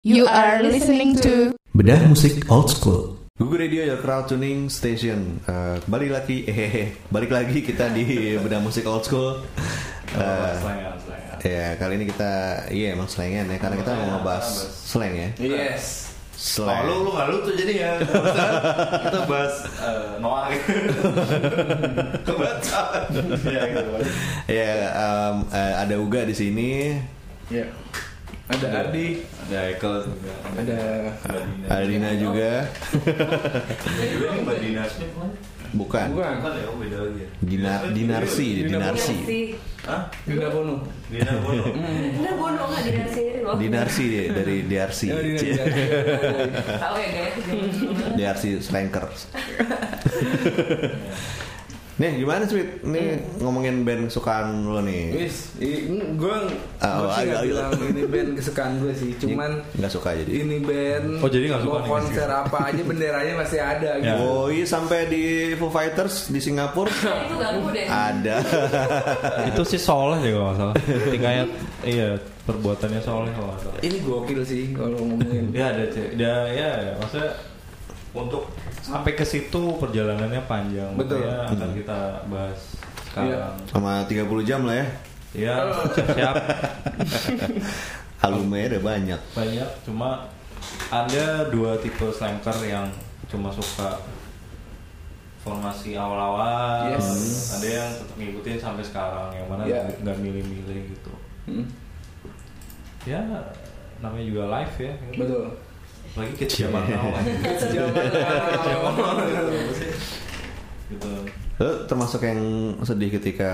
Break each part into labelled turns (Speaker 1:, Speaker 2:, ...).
Speaker 1: You are listening to
Speaker 2: Bedah musik old school.
Speaker 3: Google Radio Your Crowd Tuning Station. Eh, balik lagi, eh, balik lagi kita di bedah musik old school. Eh, ya kali ini kita, iya emang selengan ya, karena kita mau ngebahas slang ya.
Speaker 4: Yes.
Speaker 3: Slang.
Speaker 4: Oh, lu lu nggak lucu jadi ya. Kita bahas eh, Noah. Kebaca. Iya gitu.
Speaker 3: Ya em, eh, ada Uga di sini,
Speaker 5: Ya. Ada Ardi,
Speaker 4: Ada Ekel juga.
Speaker 5: ada
Speaker 4: Ada Dina.
Speaker 3: ada Iya, Dina juga,
Speaker 4: Ada juga yang buat Dinasnya bukan?
Speaker 3: bukan?
Speaker 5: bukan
Speaker 4: Bukan ya, oh, beda lagi. ya.
Speaker 3: Dinar, Dinarsi,
Speaker 6: Iya
Speaker 3: Dinarsi,
Speaker 4: Hah?
Speaker 5: Yuda Bono.
Speaker 4: Dina Bono.
Speaker 6: Enggak bono enggak di dari sendiri loh.
Speaker 3: Dinarsi dia, dari DRC,
Speaker 5: Ya, Dina, Dina.
Speaker 6: Tahu ya guys.
Speaker 3: DRC Slankers. Nih gimana sweet? Nih ngomongin band kesukaan lo nih.
Speaker 5: Wis, gue
Speaker 3: Ah, agak-
Speaker 5: sih nggak
Speaker 3: agak.
Speaker 5: bilang ini band kesukaan gue sih, cuman
Speaker 3: nggak suka jadi.
Speaker 5: ini band
Speaker 4: Oh, jadi nggak suka
Speaker 5: mau
Speaker 4: nih.
Speaker 5: konser apa aja benderanya masih ada
Speaker 4: Ya.
Speaker 5: gitu.
Speaker 3: Oh iya sampai di Foo Fighters di Singapura
Speaker 6: Itu ganggu deh.
Speaker 3: ada.
Speaker 7: itu sih soleh deh kalau nggak salah tingkahnya iya perbuatannya soleh kalau nggak salah
Speaker 5: Ini gokil sih kalau ngomongin.
Speaker 7: ya ada cek ya ya ya. maksudnya
Speaker 4: Untuk
Speaker 7: sampai ke situ perjalanannya panjang
Speaker 5: Betul. Iya.
Speaker 7: ya akan kita bahas sekarang
Speaker 3: Sama 30 jam lah ya.
Speaker 7: ya siap
Speaker 3: Alumnya ada banyak.
Speaker 7: banyak cuma ada dua tipe slanker yang cuma suka formasi awal-awal
Speaker 5: Yes.
Speaker 7: ada yang tetap ngikutin sampai sekarang yang mana
Speaker 5: Ya.
Speaker 7: nggak milih-milih gitu
Speaker 5: Hmm,
Speaker 7: ya namanya juga live ya
Speaker 5: Betul.
Speaker 7: lagi kecil banget
Speaker 5: Jaman now.
Speaker 7: gitu
Speaker 3: Lo Eh, termasuk yang sedih ketika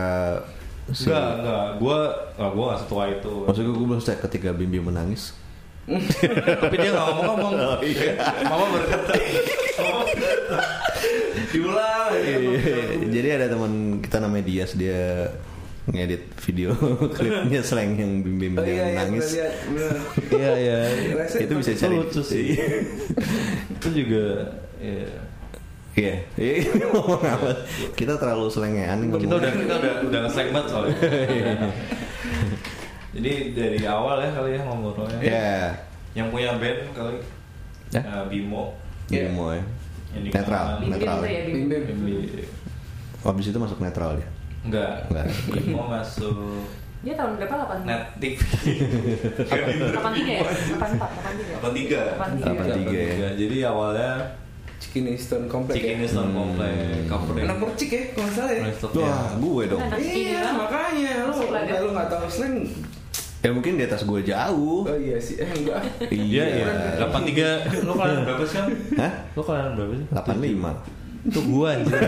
Speaker 3: si-
Speaker 7: enggak enggak gue enggak gue nggak setua itu
Speaker 3: Maksud gue, gue belum cek ketika Bim Bim menangis
Speaker 7: tapi dia nggak ngomong ngomong
Speaker 5: Oh, iya.
Speaker 7: mama berkata
Speaker 4: diulang.
Speaker 3: Iya.
Speaker 5: Iya.
Speaker 3: Jadi ada teman kita namanya Dias Dia ngedit video klipnya slang yang Bim Bim yang
Speaker 5: Oh iya, iya,
Speaker 3: menangis
Speaker 5: pernah lihat, bener.
Speaker 3: Iya iya
Speaker 5: Rasa
Speaker 3: Itu bisa
Speaker 7: itu
Speaker 3: cari
Speaker 7: lucu sih itu juga ya
Speaker 3: Iya Iya, ngomong apa? Kita terlalu slengean
Speaker 7: kita
Speaker 3: ngomongnya.
Speaker 7: udah kita udah udah ngesek banget soalnya
Speaker 3: Iya.
Speaker 7: jadi dari awal ya kali ya ngobrolnya
Speaker 3: Ya
Speaker 7: yang punya band kali
Speaker 3: Ya.
Speaker 7: Eh, Bimo
Speaker 3: Jadi
Speaker 5: Iya.
Speaker 3: mau ya
Speaker 7: Yang di
Speaker 3: Netral
Speaker 7: kanan.
Speaker 6: Bimbing
Speaker 3: Netral Oh,
Speaker 6: tuh ya
Speaker 5: Bim
Speaker 6: bimbing.
Speaker 5: Bim.
Speaker 7: Bimbi-
Speaker 3: Abis itu masuk netral
Speaker 7: Iya,
Speaker 3: dia
Speaker 7: enggak
Speaker 3: Enggak.
Speaker 7: Bimo masuk
Speaker 6: Dia tahun berapa? 83.
Speaker 7: net TV
Speaker 6: 83 ya? 84, 83.
Speaker 3: 83 ya.
Speaker 7: jadi awalnya
Speaker 5: Chicken Eastern Complex.
Speaker 7: Chicken
Speaker 5: ya?
Speaker 7: is not complex. Cover
Speaker 5: Anak percik ya, kalau nggak salah ya.
Speaker 3: Hmm. Wah, gue dong.
Speaker 5: Iya,
Speaker 7: gitu.
Speaker 5: makanya lu
Speaker 6: Masuk lagi.
Speaker 5: lu nggak tahu slang.
Speaker 3: Ya mungkin di atas gue jauh.
Speaker 5: Oh iya sih, eh enggak.
Speaker 7: Iya, iya. 83. Lo kalian berapa sih? Am?
Speaker 3: Hah?
Speaker 7: Lo kalian berapa sih?
Speaker 3: 85.
Speaker 7: Itu gua anjir.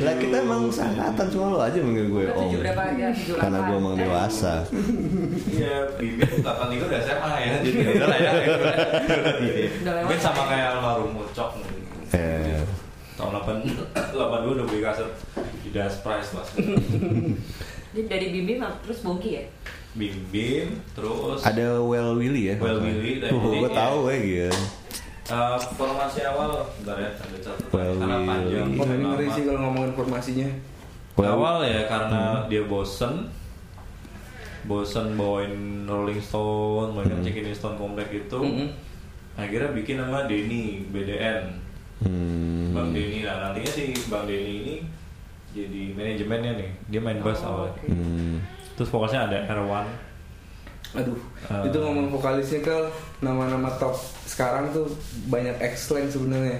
Speaker 3: Lah kita emang sangkatan cuma lo aja manggil gue
Speaker 6: Lo
Speaker 3: om.
Speaker 6: tujuh berapa aja? Tujuh
Speaker 3: Oh.
Speaker 6: delapan.
Speaker 3: Karena
Speaker 6: Eh,
Speaker 3: gue emang dewasa.
Speaker 7: Iya, Bibi 83 udah SMA ya. Jadi udah lah ya.
Speaker 6: Udah lewat.
Speaker 7: Mungkin sama kayak almarhum Mucok. mungkin.
Speaker 3: Eh.
Speaker 7: Tahun 8 82 udah beli kaset di Das Price Mas.
Speaker 6: Jadi dari bimbing terus bongki ya?
Speaker 7: Bim Bim terus
Speaker 3: Ada Well Willy ya.
Speaker 7: Well Willy dan
Speaker 3: Tuh,
Speaker 7: ini
Speaker 3: gue
Speaker 7: ya.
Speaker 3: tahu ya gitu.
Speaker 7: eh, formasi awal bentar ya, ada catatan
Speaker 3: Well,
Speaker 7: karena
Speaker 3: we-
Speaker 7: panjang.
Speaker 3: Iya.
Speaker 5: Ngeri ngeri
Speaker 7: lama.
Speaker 5: sih kalau ngomongin formasinya.
Speaker 3: Well, hmm.
Speaker 7: awal ya karena dia bosen bosen bawain Rolling Stone, bawain
Speaker 3: Hmm.
Speaker 7: Chicken Stone komplek gitu.
Speaker 5: Mm-mm.
Speaker 7: Akhirnya bikin nama Denny BDN,
Speaker 3: hmm.
Speaker 7: Bang Denny. Nah nantinya si Bang Denny ini jadi manajemennya nih. Dia main bass
Speaker 6: Oh,
Speaker 7: awalnya.
Speaker 6: oke.
Speaker 3: Hmm.
Speaker 7: Terus fokusnya ada R1.
Speaker 5: Aduh,
Speaker 7: Ah.
Speaker 5: itu ngomong vokalisnya ke nama-nama top sekarang tuh banyak X-Lang sebenarnya.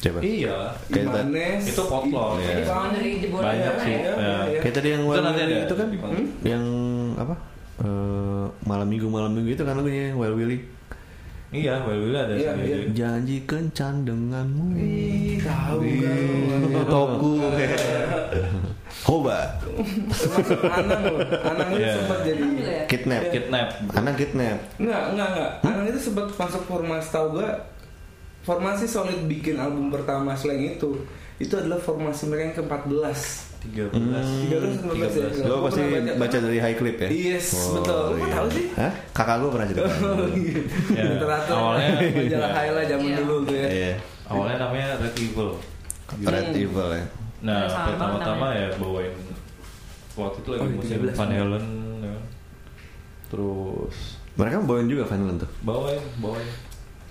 Speaker 3: Coba.
Speaker 7: Iya.
Speaker 3: Kayak
Speaker 5: Imanes,
Speaker 7: itu folklore.
Speaker 5: I-
Speaker 3: Iya.
Speaker 6: Jadi semua dari jebolan.
Speaker 7: Banyak
Speaker 6: orang
Speaker 7: sih.
Speaker 6: ya?
Speaker 7: Ya.
Speaker 5: Iya.
Speaker 3: Kayak tadi yang
Speaker 7: Itu
Speaker 3: Well
Speaker 7: nanti
Speaker 3: Willy
Speaker 7: ada Hmm?
Speaker 3: itu kan
Speaker 7: di konten.
Speaker 3: yang apa? Eh, malam minggu malam minggu itu kan lagunya Well Willy.
Speaker 7: Iya, well well ada
Speaker 5: Iya,
Speaker 7: sendiri.
Speaker 5: iya.
Speaker 3: Janji kencan denganmu. Iya.
Speaker 5: Ih, tahu kan lu.
Speaker 3: Toku. Hoba.
Speaker 5: Termasuk Anang loh. Anang itu
Speaker 7: Iya.
Speaker 5: sempat jadi
Speaker 6: Anang juga ya?
Speaker 3: Kidnap.
Speaker 7: Kidnap.
Speaker 3: Anak kidnap.
Speaker 5: Enggak, enggak, enggak. Anang itu sempat masuk formasi tahu gak? Formasi solid bikin album pertama Slang itu. Itu adalah formasi mereka yang ke-14.
Speaker 7: 13.
Speaker 5: 13 atau 14 ya?
Speaker 7: 13.
Speaker 3: Lo pasti
Speaker 5: Gua pernah
Speaker 3: baca dari high clip ya?
Speaker 5: Yes, betul. Lu kok
Speaker 3: iya.
Speaker 5: tahu sih? Oh, iya.
Speaker 3: Hah? Kakak gue pernah cerita.
Speaker 7: Ya,
Speaker 5: Literatur
Speaker 7: awalnya-
Speaker 5: majalah
Speaker 7: Iya.
Speaker 5: Hayla zaman
Speaker 6: Iya.
Speaker 5: dulu tuh ya.
Speaker 3: Iya.
Speaker 7: Awalnya namanya Red Evil.
Speaker 3: Red Evil ya.
Speaker 7: Nah,
Speaker 6: Sama banget
Speaker 7: pertama-tama ya bawain waktu itu lagi
Speaker 5: Oh,
Speaker 7: musim
Speaker 5: 13.
Speaker 7: Van Halen ya. terus
Speaker 3: Mereka bawain juga Violent tuh.
Speaker 7: bawain bawain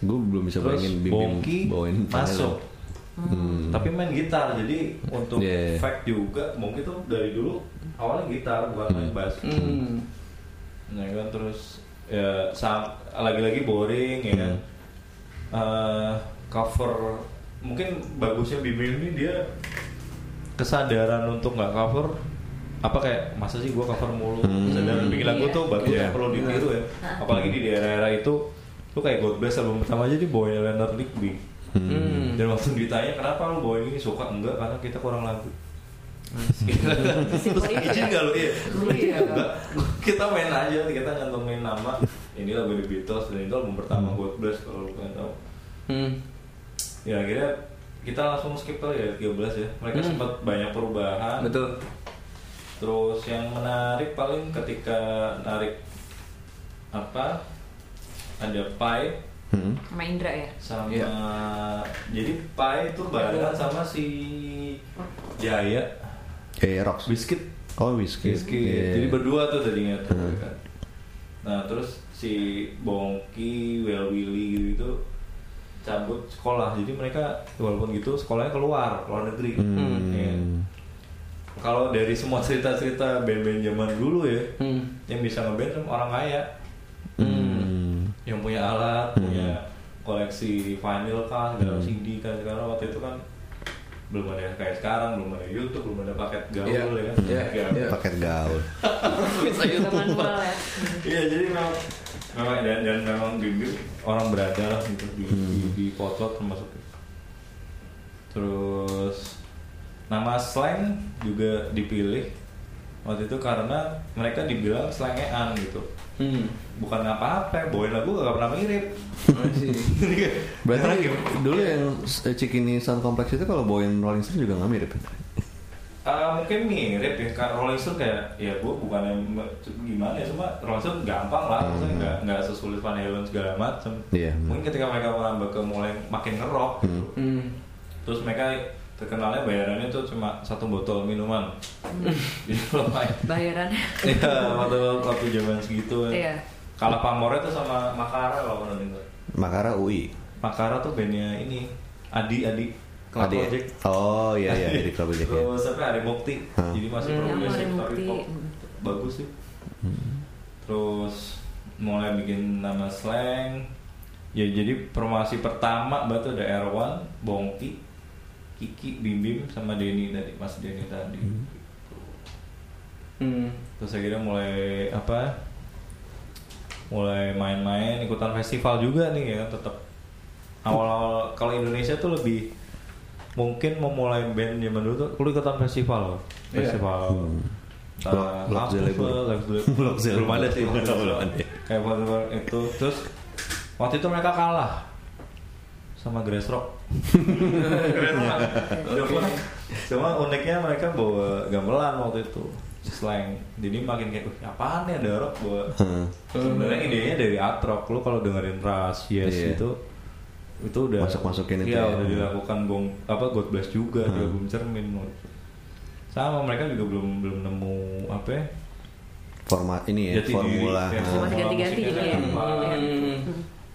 Speaker 3: Gue belum bisa
Speaker 7: Terus
Speaker 3: bayangin Bim Bim
Speaker 7: Bongki
Speaker 3: bawain
Speaker 7: masuk
Speaker 3: Violent. Hmm. Iya,
Speaker 7: tapi main gitar jadi untuk
Speaker 3: Yeah.
Speaker 7: fact juga mungkin tuh dari dulu awalnya gitar bukan main bass
Speaker 5: Hmm.
Speaker 7: Nah kan terus ya sam- lagi-lagi boring ya
Speaker 3: Hmm.
Speaker 7: kan. Eh, cover mungkin bagusnya Bimbing ini dia kesadaran untuk nggak cover apa kayak masa sih gua cover mulu
Speaker 3: Hmm.
Speaker 7: kesadaran bikin lagu
Speaker 6: Iya.
Speaker 7: tuh bagus
Speaker 3: Iya.
Speaker 7: yang perlu ditiru ya
Speaker 6: Hah.
Speaker 7: apalagi di daerah-daerah itu tuh kayak God Bless album pertama aja dia bawain Leonard Digby
Speaker 5: Hmm.
Speaker 7: dan waktu ditanya kenapa lu bawain ini suka enggak karena kita kurang lagu terus
Speaker 6: Simpel itu
Speaker 7: izin
Speaker 6: ya.
Speaker 7: nggak lu iya Lu izin
Speaker 6: Iya.
Speaker 7: nggak? kita main aja kita ngantongin nama ini lagu The Beatles dan itu album pertama God Bless kalau lu kan tahu
Speaker 5: Hmm.
Speaker 7: ya akhirnya kita langsung skip kali ya 13 ya mereka
Speaker 5: Hmm.
Speaker 7: sempat banyak perubahan
Speaker 5: Betul.
Speaker 7: terus yang menarik paling ketika narik apa ada Pai
Speaker 3: Hmm.
Speaker 6: sama Indra ya
Speaker 7: sama
Speaker 5: Iya.
Speaker 7: jadi Pai itu barengan
Speaker 3: Iya.
Speaker 7: sama si Jaya
Speaker 3: Eh, Rocks.
Speaker 7: Biscuit
Speaker 3: Oh, Whiskey.
Speaker 7: Rizky.
Speaker 3: Iya.
Speaker 7: Jadi berdua tuh tadinya tuh
Speaker 3: Hmm.
Speaker 7: kan. Nah terus si Bongki, Well Willy gitu gitu cabut sekolah. Jadi mereka walaupun gitu sekolahnya keluar, luar negeri.
Speaker 3: Hmm.
Speaker 7: Ya. Kalau dari semua cerita-cerita band-band zaman dulu ya,
Speaker 5: Hmm.
Speaker 7: yang bisa ngeband sama orang kaya,
Speaker 3: Hmm.
Speaker 7: yang punya alat,
Speaker 3: Hmm.
Speaker 7: punya koleksi vinyl kan, segala CD kan sekarang waktu itu kan belum ada yang kayak sekarang, belum ada YouTube, belum ada paket gaul
Speaker 5: Iya.
Speaker 7: ya kan.
Speaker 3: Hmm.
Speaker 5: Iya,
Speaker 7: Kayak
Speaker 5: iya.
Speaker 3: Paket gaul.
Speaker 5: hmm.
Speaker 6: sama manual ya Hmm.
Speaker 7: Iya jadi memang memang dan, dan memang bimbing orang berada lah gitu di,
Speaker 3: Hmm.
Speaker 7: di, di Potlot termasuk terus nama slang juga dipilih waktu itu karena mereka dibilang slangean gitu
Speaker 5: Hmm.
Speaker 7: bukan apa-apa bawain lagu gak pernah mirip
Speaker 5: Masih.
Speaker 3: Berarti dulu yang eh, Cikini Sound Complex itu kalau bawain Rolling Stone juga nggak mirip. ya?
Speaker 7: Eh, mungkin mirip ya karena Rolling Stone kayak ya gue bukan yang gimana ya cuma Rolling Stone gampang lah maksudnya
Speaker 3: Hmm.
Speaker 7: nggak nggak sesulit Van Halen segala macem
Speaker 3: Iya.
Speaker 7: mungkin ketika mereka merambah ke mulai makin ngerok gitu
Speaker 5: Hmm.
Speaker 7: terus mereka terkenalnya bayarannya tuh cuma satu botol minuman
Speaker 6: Hmm.
Speaker 7: jadi kalau main
Speaker 6: bayarannya
Speaker 7: ya waktu waktu zaman segitu
Speaker 6: Iya.
Speaker 7: kalah pamornya tuh sama Makara kalau pernah dengar
Speaker 3: Makara UI.
Speaker 7: Makara tuh bandnya ini Adi Adi Club
Speaker 3: Adik-
Speaker 7: Project
Speaker 3: Oh iya iya jadi Club Project. ya.
Speaker 7: terus sampai ada Mukti
Speaker 3: Hah.
Speaker 7: jadi masih
Speaker 6: Hmm.
Speaker 7: progresif
Speaker 6: Sama Ari
Speaker 7: tapi
Speaker 6: Mukti.
Speaker 7: Iya, pop bagus sih terus mulai bikin nama slang ya jadi formasi pertama batu ada Erwan Bongki Kiki Bim Bim sama Denny tadi Mas Denny tadi
Speaker 5: Hmm.
Speaker 7: terus akhirnya mulai apa mulai main-main ikutan festival juga nih ya tetap awal-awal kalau Indonesia tuh lebih mungkin memulai band zaman dulu tuh lu ikutan festival loh
Speaker 5: Iya.
Speaker 7: festival uh,
Speaker 3: Hmm.
Speaker 7: entah
Speaker 3: Blok- Blok
Speaker 7: kampus
Speaker 3: Zelebo.
Speaker 7: lah, Blok Zelebo.
Speaker 3: Blok Zelebo.
Speaker 7: belum ada sih waktu itu.
Speaker 3: Belum ada.
Speaker 7: kayak festival itu terus waktu itu mereka kalah sama Grassrock Grassrock cuma, cuma uniknya mereka bawa gamelan waktu itu slang jadi makin kayak "Wih, apaan ya ada rock bawa
Speaker 3: Heeh.
Speaker 7: sebenarnya idenya dari atrok lo kalau dengerin ras yes
Speaker 3: Iya.
Speaker 7: itu itu udah
Speaker 3: Masuk-masukin itu ya.
Speaker 7: Iya,
Speaker 3: Hmm.
Speaker 7: udah dilakukan bong apa god bless juga di album cermin sama mereka juga belum belum nemu apa ya
Speaker 3: Format ini ya
Speaker 7: Jati diri.
Speaker 3: formula.
Speaker 7: Ya,
Speaker 3: Heeh.
Speaker 6: Masih ganti-ganti
Speaker 7: musiknya
Speaker 6: gitu ya.
Speaker 7: apa.
Speaker 5: Hmm.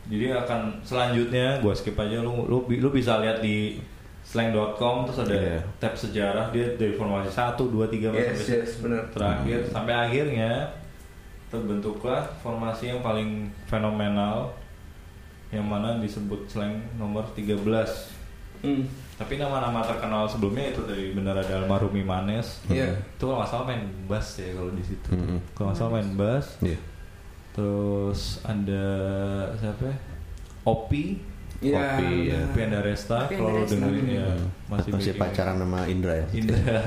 Speaker 7: jadi akan selanjutnya gua skip aja lu lu, bi- lu bisa lihat di slang.com terus ada
Speaker 3: Iya.
Speaker 7: tab sejarah dia dari formasi 1 2 3
Speaker 5: Yes, yes, benar.
Speaker 7: terakhir sampai akhirnya terbentuklah formasi yang paling fenomenal yang mana disebut slang nomor 13
Speaker 5: Hmm.
Speaker 7: tapi nama-nama terkenal sebelumnya itu dari benar ada almarhum Imanes
Speaker 5: Iya.
Speaker 7: itu kalau nggak salah main bass ya kalau di situ
Speaker 3: Mm-mm.
Speaker 7: kalau nggak salah main bass
Speaker 3: Iya.
Speaker 7: terus ada siapa ya? Opi eh,
Speaker 5: Iya.
Speaker 3: Kopi, ya.
Speaker 7: Opi Andaresta
Speaker 6: Ah. Opi
Speaker 7: kalau lu
Speaker 6: Andaresta.
Speaker 7: dengerin ya
Speaker 3: Hmm. Masih,
Speaker 7: bikin-
Speaker 3: pacaran sama Indra ya.
Speaker 7: Indra.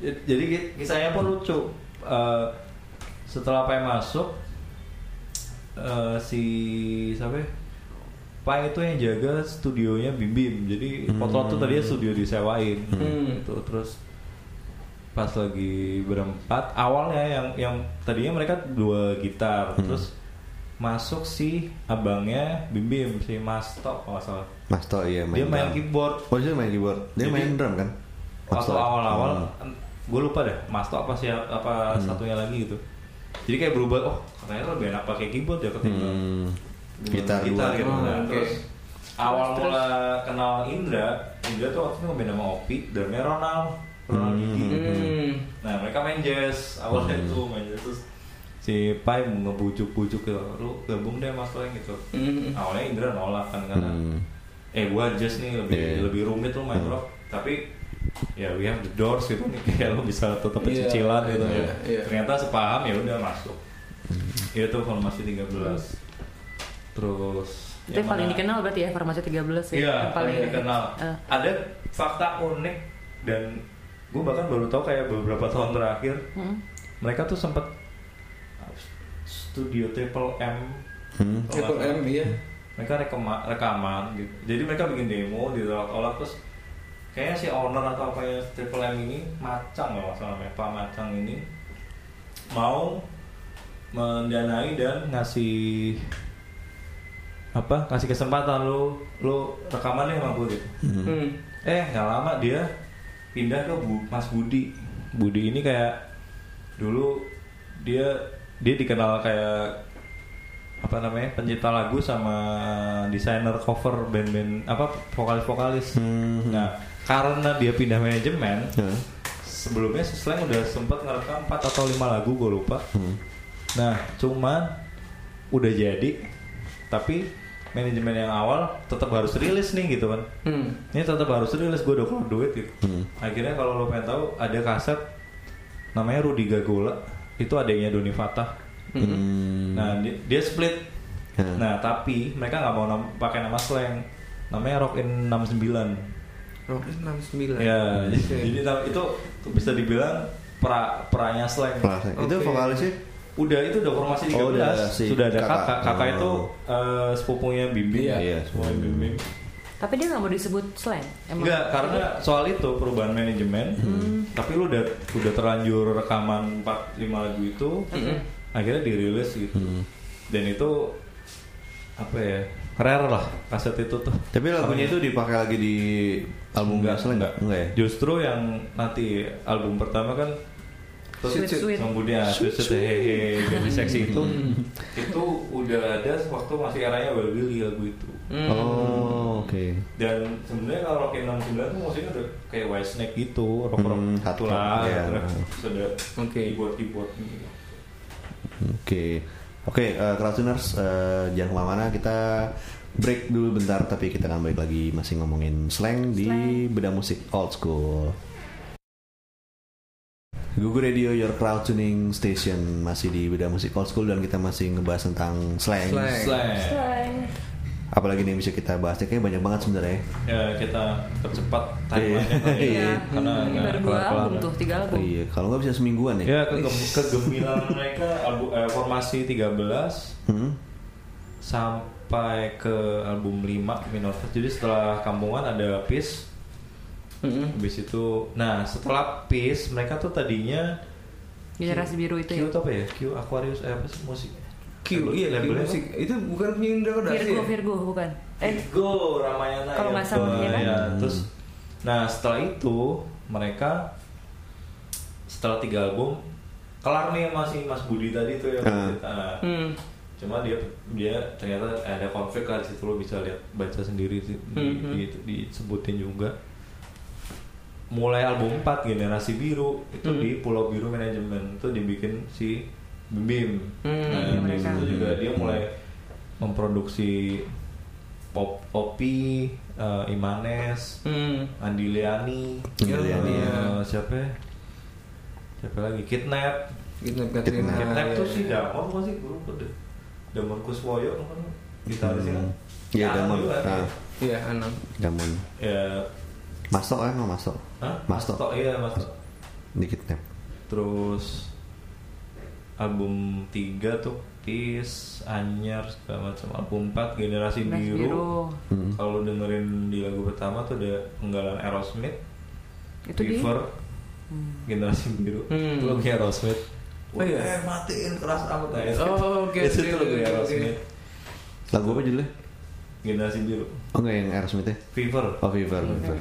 Speaker 7: Jadi ki- kisahnya pun lucu. Eh, setelah Pai masuk, eh, si siapa? ya? Pai itu yang jaga studionya Bim Bim. Jadi Potlot tuh tadinya studio disewain.
Speaker 5: Hmm.
Speaker 7: Gitu. Terus pas lagi berempat, awalnya yang yang tadinya mereka dua gitar. Terus masuk si abangnya Bim Bim, si Mas Tok kalau nggak salah.
Speaker 3: Mas Toh iya main.
Speaker 7: Dia main
Speaker 3: drum.
Speaker 7: keyboard.
Speaker 3: Oh, dia main keyboard. Dia
Speaker 7: Jadi-
Speaker 3: main drum kan? Mas
Speaker 7: waktu
Speaker 3: Toh.
Speaker 7: awal-awal
Speaker 3: Hmm.
Speaker 7: gue lupa deh Masto apa sih apa satunya lagi gitu jadi kayak berubah oh ternyata lebih enak pakai keyboard ya ketimbang
Speaker 3: Hmm, gitar
Speaker 7: ketimbang
Speaker 3: dua.
Speaker 7: gitu.
Speaker 5: Oh,
Speaker 7: Nah,
Speaker 5: oke.
Speaker 7: terus awal
Speaker 6: Terus, terus.
Speaker 7: mula kenal Indra Indra tuh waktu itu ngeband sama Opi drumnya Ronald Ronald
Speaker 3: Hmm.
Speaker 7: Gigi.
Speaker 5: Hmm.
Speaker 7: nah mereka main jazz awalnya
Speaker 3: Hmm.
Speaker 7: itu main jazz terus si Pai ngebujuk-bujuk gitu lu gabung deh mas Leng gitu
Speaker 5: Hmm.
Speaker 7: awalnya Indra nolak kan karena
Speaker 3: Hmm.
Speaker 7: eh gua jazz nih lebih
Speaker 3: Iya.
Speaker 7: lebih rumit lo main
Speaker 3: Hmm.
Speaker 7: rock tapi ya we have the doors gitu nih kayak lo bisa tutup
Speaker 5: Iya,
Speaker 7: cicilan gitu
Speaker 5: iya,
Speaker 7: ya
Speaker 5: iya.
Speaker 7: ternyata sepaham ya udah masuk
Speaker 3: Hmm.
Speaker 7: itu formasi 13 terus
Speaker 6: Itu yang paling
Speaker 7: mana-
Speaker 6: dikenal berarti ya Farmasi 13 ya.
Speaker 7: iya
Speaker 6: Yang
Speaker 7: paling dikenal
Speaker 6: Eh.
Speaker 7: ada fakta unik dan gue bahkan baru tahu kayak beberapa tahun terakhir
Speaker 6: Mm.
Speaker 7: mereka tuh sempet studio triple M
Speaker 3: Hmm.
Speaker 7: Tolak.
Speaker 5: Triple M iya.
Speaker 7: mereka rekema- rekaman gitu jadi mereka bikin demo ditolak-tolak terus kayaknya si owner atau apa ya Triple M ini macang loh masalahnya Pak Macang ini mau mendanai dan ngasih apa ngasih kesempatan lo lo rekaman nih sama gue gitu
Speaker 5: Hmm.
Speaker 7: eh nggak lama dia pindah ke Bu- Mas Budi Budi ini kayak dulu dia dia dikenal kayak apa namanya pencipta lagu sama desainer cover band-band apa vokalis-vokalis
Speaker 3: Hmm.
Speaker 7: nah karena dia pindah manajemen
Speaker 3: Ya.
Speaker 7: sebelumnya si Slank udah sempat ngerekam 4 atau 5 lagu gue lupa
Speaker 3: Hmm.
Speaker 7: Nah, cuman udah jadi, tapi manajemen yang awal tetap harus rilis nih gitu kan.
Speaker 5: Hmm.
Speaker 7: Ini tetap harus rilis gue udah keluar duit gitu.
Speaker 3: Hmm.
Speaker 7: Akhirnya kalau lo pengen tahu ada kaset namanya Rudy Gagola itu adanya Doni Fatah.
Speaker 3: Hmm.
Speaker 7: Nah di- dia, split.
Speaker 3: Ya.
Speaker 7: Nah tapi mereka nggak mau nam- pakai nama slang, namanya Rock in 69.
Speaker 5: Rocket 69.
Speaker 7: Ya,
Speaker 5: Oke.
Speaker 7: jadi tam- itu bisa dibilang pra pranya slang.
Speaker 3: Kelas. Itu
Speaker 5: Oke.
Speaker 3: vokalisnya
Speaker 7: Udah itu udah formasi 13
Speaker 3: Oh, udah si
Speaker 7: Sudah ada kakak
Speaker 3: kakak.
Speaker 7: Kakak,
Speaker 3: Oh.
Speaker 7: itu eh, sepupunya Bimbing
Speaker 5: Iya.
Speaker 3: Iya,
Speaker 7: sepupunya
Speaker 3: sepupunya
Speaker 7: Bimbing
Speaker 6: Tapi dia nggak mau disebut slang. Emang. Hmm.
Speaker 7: Enggak, karena soal itu perubahan manajemen Tapi lu udah, udah terlanjur rekaman 4-5 lagu itu
Speaker 6: Hmm.
Speaker 7: Akhirnya dirilis gitu
Speaker 3: Hmm.
Speaker 7: Dan itu Apa ya Rare lah kaset itu tuh
Speaker 3: Tapi lagunya itu dipakai lagi di album
Speaker 7: Enggak,
Speaker 3: Gasel enggak? Enggak ya?
Speaker 7: Justru yang nanti album pertama kan
Speaker 6: Sweet, sweet.
Speaker 7: Kemudian Sweet Sweet Hehe Jadi Seksi itu
Speaker 3: Hmm.
Speaker 7: Itu udah ada waktu masih eranya Well Billy lagu itu
Speaker 5: Hmm.
Speaker 3: Oh, oke.
Speaker 7: Dan sebenarnya kalau Rocky 69 tuh musiknya udah kayak White Snake gitu Rock-rock
Speaker 3: Hmm,
Speaker 7: satu
Speaker 3: hardcore,
Speaker 7: lah
Speaker 3: iya.
Speaker 7: Terus ada
Speaker 5: Oke.
Speaker 7: keyboard-keyboard gitu.
Speaker 3: Oke. Oke, eh, Krasuners, eh, jangan kemana-mana. Kita break dulu bentar, tapi kita akan balik lagi masih ngomongin slang di beda musik old school. Google Radio, your crowd tuning station masih di beda musik old school dan kita masih ngebahas tentang slang.
Speaker 5: Slang.
Speaker 7: Slang
Speaker 3: Apalagi nih yang bisa kita bahas, kayaknya banyak banget sebenarnya. ya.
Speaker 7: Ya kita percepat
Speaker 3: Iya.
Speaker 7: timeline-nya kali ya.
Speaker 6: Iya.
Speaker 7: Karena
Speaker 6: Ini
Speaker 7: nggak
Speaker 6: baru dua
Speaker 7: kelar-kelar.
Speaker 6: album tuh, tiga album.
Speaker 3: Nah, Iya, kalau nggak bisa semingguan ya.
Speaker 7: Ya kege- kegemilangan mereka albu- eh, formasi 13
Speaker 3: Hmm?
Speaker 7: sampai ke album 5 Minor Threat. Jadi setelah Kampungan ada Peace.
Speaker 5: Hmm.
Speaker 7: Habis itu nah, setelah Peace mereka tuh tadinya
Speaker 6: Generasi biru itu ya.
Speaker 7: Q itu apa ya? Q Aquarius eh, apa sih musik?
Speaker 5: Q iya Q
Speaker 7: Labelnya apa?
Speaker 5: musik. Itu bukan punya Indra Kodasi.
Speaker 6: Virgo,
Speaker 5: ya?
Speaker 6: Virgo bukan. Eh,
Speaker 7: Iya. Virgo Ramayana
Speaker 6: Kalau
Speaker 7: ya,
Speaker 6: nggak salah,
Speaker 7: betul.
Speaker 6: ya kan?
Speaker 7: Ya, terus nah setelah itu mereka setelah tiga album kelar nih masih Mas Budi tadi tuh yang
Speaker 3: Ah.
Speaker 7: cerita. Nah,
Speaker 5: Hmm.
Speaker 7: cuma dia dia ternyata ada konflik lah di situ lo bisa lihat baca sendiri sih, di,
Speaker 5: Mhm.
Speaker 7: di- disebutin juga mulai album 4 generasi biru itu
Speaker 5: Mhm.
Speaker 7: di Pulau Biru manajemen itu dibikin si Bim Bim
Speaker 5: Hmm,
Speaker 7: nah, di
Speaker 6: mereka.
Speaker 7: situ juga dia mulai memproduksi pop popi eh, Imanes
Speaker 5: Hmm.
Speaker 7: Andi Leani
Speaker 3: Andi Leani,
Speaker 7: eh,
Speaker 5: ya.
Speaker 7: siapa ya? siapa lagi Kidnap
Speaker 5: Gitu Katrina.
Speaker 7: Kidnap
Speaker 5: iya.
Speaker 7: tuh si Damon kan sih gue lupa deh. Damon Kuswoyo kan gitarisnya kan.
Speaker 3: Hmm. Iya,
Speaker 7: Ya,
Speaker 3: Damon.
Speaker 7: juga,
Speaker 3: Ah,
Speaker 5: Iya, Anang.
Speaker 3: Damon.
Speaker 7: Ya,
Speaker 3: Mastok ya, emang mastok.
Speaker 7: hah? Mas
Speaker 3: Mastok.
Speaker 7: Tok iya Mas Tok.
Speaker 3: Dikit nap.
Speaker 7: Terus album 3 tuh Peace, Anyar segala macam. Album 4 Generasi
Speaker 6: Generasi
Speaker 7: Biru.
Speaker 6: Biru.
Speaker 3: Hmm.
Speaker 7: Kalau dengerin di lagu pertama tuh ada penggalan Aerosmith,
Speaker 6: Itu di-
Speaker 7: River, Generasi Biru.
Speaker 5: Hmm.
Speaker 7: Itu lagunya Aerosmith.
Speaker 5: Oh, iya.
Speaker 7: Eh, matiin keras amat. Nah, itu-
Speaker 5: Oh, oke,
Speaker 7: Itu
Speaker 5: oke,
Speaker 7: tuh
Speaker 5: oke,
Speaker 7: lagunya
Speaker 5: oke.
Speaker 7: Aerosmith.
Speaker 3: Lagu apa judulnya?
Speaker 7: Generasi Biru.
Speaker 3: Oh enggak yang Aerosmith ya?
Speaker 7: Fever.
Speaker 3: Oh Fever. Fever.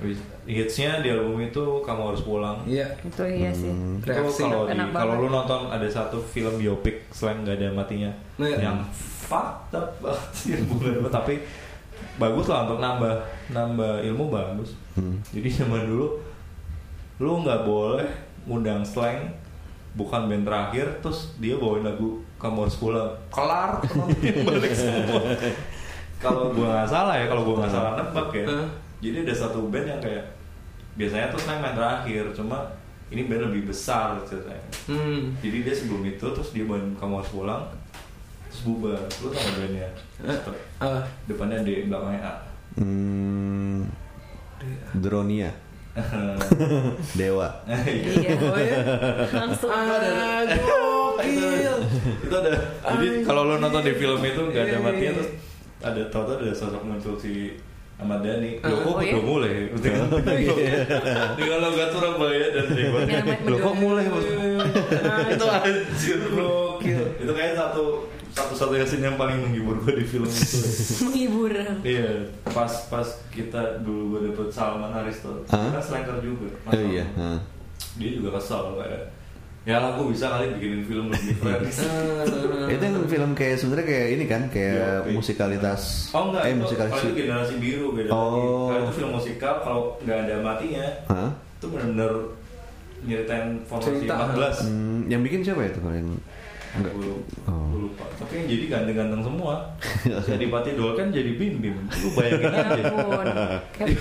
Speaker 7: Wis- hitsnya di album itu kamu harus pulang
Speaker 5: Iya.
Speaker 6: itu iya sih
Speaker 3: Hmm.
Speaker 7: Itu
Speaker 5: Reaksi.
Speaker 7: kalau di-
Speaker 6: Enak
Speaker 7: kalau
Speaker 6: banget.
Speaker 7: lu nonton ada satu film biopik selain nggak ada matinya
Speaker 5: Nah, iya.
Speaker 7: yang fucked up banget sih bulan itu. tapi bagus lah untuk nambah nambah ilmu bagus
Speaker 5: Hmm.
Speaker 7: jadi zaman dulu lu nggak boleh ngundang slang bukan band terakhir terus dia bawain lagu kamu harus pulang kelar penontonnya balik semua kalau gua nggak salah ya kalau gua nggak salah nebak ya
Speaker 5: Hah?
Speaker 7: jadi ada satu band yang kayak biasanya tuh slang main terakhir cuma ini band lebih besar ceritanya
Speaker 5: Hmm.
Speaker 7: jadi dia sebelum itu terus dia bawain kamu harus pulang terus bubar lu tau nggak bandnya
Speaker 5: Ah,
Speaker 7: depannya D belakangnya A
Speaker 3: Hmm, Dronia. Dewa.
Speaker 7: Iya.
Speaker 6: iya
Speaker 5: oh ya.
Speaker 6: langsung
Speaker 5: Ah, gokil.
Speaker 7: itu ada jadi
Speaker 5: Anjing.
Speaker 7: kalau lo nonton di film itu nggak ada
Speaker 5: Iya,
Speaker 7: matinya
Speaker 5: iya,
Speaker 7: terus ada tau ada sosok muncul si Ahmad Dhani lo
Speaker 6: Ah,
Speaker 7: kok
Speaker 6: oh iya?
Speaker 7: udah mulai dengan logat Surabaya dan Cirebon
Speaker 6: Yang namanya
Speaker 7: lo kok
Speaker 6: Madonna.
Speaker 7: mulai Bos?
Speaker 5: Iya,
Speaker 7: itu anjir gokil itu kayak satu satu satunya scene yang paling menghibur gue di film itu
Speaker 6: menghibur
Speaker 7: iya pas pas kita dulu gue dapet Salman Haris tuh
Speaker 3: Ah?
Speaker 7: kan striker juga Mas
Speaker 3: Oh iya.
Speaker 7: Salman.
Speaker 3: ah.
Speaker 7: dia juga kesal kayak ya lah gue bisa kali bikinin film lebih fresh
Speaker 5: Ah,
Speaker 3: Itu yang film kayak sebenarnya kayak ini kan, kayak
Speaker 7: Biopic.
Speaker 3: musikalitas.
Speaker 7: Iya, Oh enggak,
Speaker 3: eh
Speaker 7: itu,
Speaker 3: musikalitas.
Speaker 7: kalau itu generasi biru beda lagi.
Speaker 3: Oh.
Speaker 7: Kalau itu film musikal, kalau nggak ada matinya,
Speaker 3: Hah?
Speaker 7: itu benar-benar nyeritain formasi
Speaker 5: Cerita.
Speaker 7: 14.
Speaker 3: Hmm, yang bikin siapa ya itu kalian? Enggak.
Speaker 7: Gue lupa,
Speaker 3: Oh.
Speaker 7: gue lupa. Tapi yang jadi ganteng-ganteng semua. jadi Pati Dol kan jadi Bim Bim. Lu bayangin aja.
Speaker 6: Ya ampun Kayak-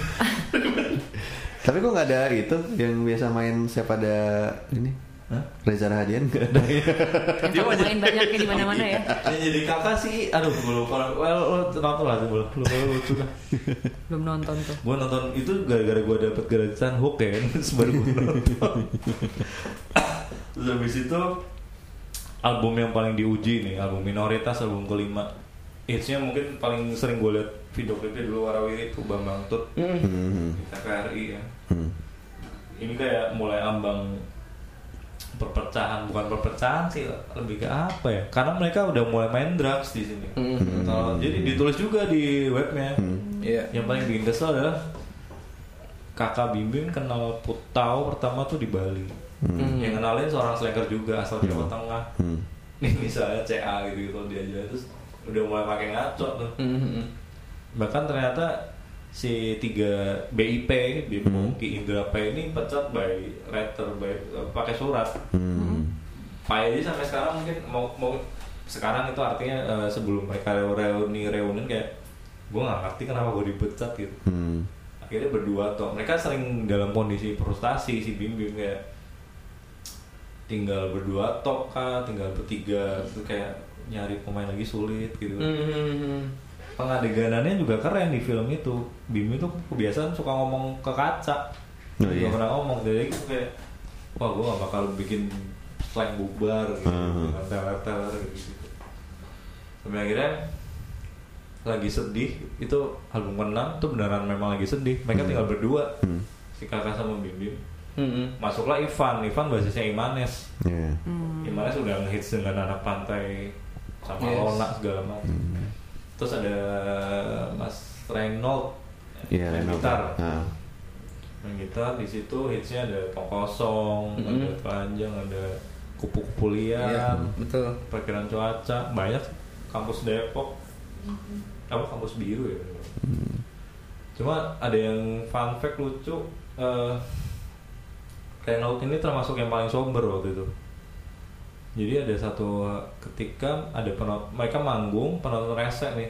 Speaker 3: Tapi kok nggak ada itu yang biasa main siapa ada ini?
Speaker 7: Hah?
Speaker 3: Reza Rahadian nggak ada.
Speaker 6: Dia
Speaker 7: aja-
Speaker 6: main banyak di mana-mana ya.
Speaker 7: Yang jadi kakak sih, aduh gue lupa. Well, lo nonton lah tuh, lu lu lucu lah.
Speaker 6: Belum nonton
Speaker 3: Oh,
Speaker 6: tuh.
Speaker 7: Gue nonton itu gara-gara gue dapet gratisan hook ya, terus baru gue nonton. terus habis itu album yang paling diuji nih, album minoritas album kelima. Hitsnya mungkin paling sering gue liat video klipnya dulu Warawiri itu Bambang Tut
Speaker 5: Hmm.
Speaker 3: Hmm,
Speaker 7: di TVRI ya.
Speaker 3: hmm.
Speaker 7: Ini kayak mulai ambang perpecahan bukan perpecahan sih lebih ke apa ya karena mereka udah mulai main drugs di sini
Speaker 5: Hmm.
Speaker 7: Kalau- jadi ditulis juga di webnya
Speaker 5: Iya.
Speaker 7: yang paling bikin kesel adalah kakak Bimbing kenal Putau pertama tuh di Bali.
Speaker 5: Hmm.
Speaker 7: Yang kenalin seorang slacker juga asal Jawa Tengah.
Speaker 3: Hmm.
Speaker 7: Nih misalnya CA gitu gitu dia aja terus udah mulai pakai ngaco tuh.
Speaker 5: Hmm.
Speaker 7: Bahkan ternyata si tiga BIP, BIP Ki Indra P ini pecat by letter by eh, pakai surat.
Speaker 3: Hmm.
Speaker 7: Pak Edi sampai sekarang mungkin mau mau sekarang itu artinya eh, sebelum mereka reuni reunian kayak gue nggak ngerti kenapa gue dipecat gitu
Speaker 3: Hmm.
Speaker 7: akhirnya berdua tuh mereka sering dalam kondisi frustasi si Bim Bim kayak tinggal berdua tok kah tinggal bertiga itu kayak nyari pemain lagi sulit gitu
Speaker 5: Hmm.
Speaker 7: pengadeganannya juga keren di film itu Bim itu kebiasaan suka ngomong ke kaca
Speaker 3: Oh,
Speaker 7: Gak
Speaker 3: iya.
Speaker 7: pernah ngomong jadi gitu kayak wah gue gak bakal bikin slang bubar gitu
Speaker 3: Mhm.
Speaker 7: dengan teler-teler gitu sampai akhirnya lagi sedih itu album ke-6 tuh beneran memang lagi sedih mereka tinggal berdua
Speaker 3: Hmm.
Speaker 7: si kakak sama Bim Bim
Speaker 5: Hmm.
Speaker 7: masuklah Ivan Ivan basisnya Imanes
Speaker 3: Iya.
Speaker 7: Hmm. Imanes udah ngehits dengan anak pantai sama
Speaker 5: Yes.
Speaker 7: Lona segala macam.
Speaker 3: Hmm.
Speaker 7: Terus ada Mas Reynold
Speaker 3: Iya,
Speaker 7: main
Speaker 3: Reynold.
Speaker 7: gitar.
Speaker 3: Ah.
Speaker 7: Main gitar di situ hitsnya ada Tong Kosong,
Speaker 5: Mhm.
Speaker 7: ada Telanjang, ada Kupu-kupu Liar,
Speaker 5: Iya, betul.
Speaker 7: Perkiraan Cuaca, banyak kampus Depok. Apa kampus biru ya? Cuma ada yang fun fact lucu eh Reynold ini termasuk yang paling sober waktu itu. Jadi ada satu ketika ada penonton, mereka manggung penonton resek nih.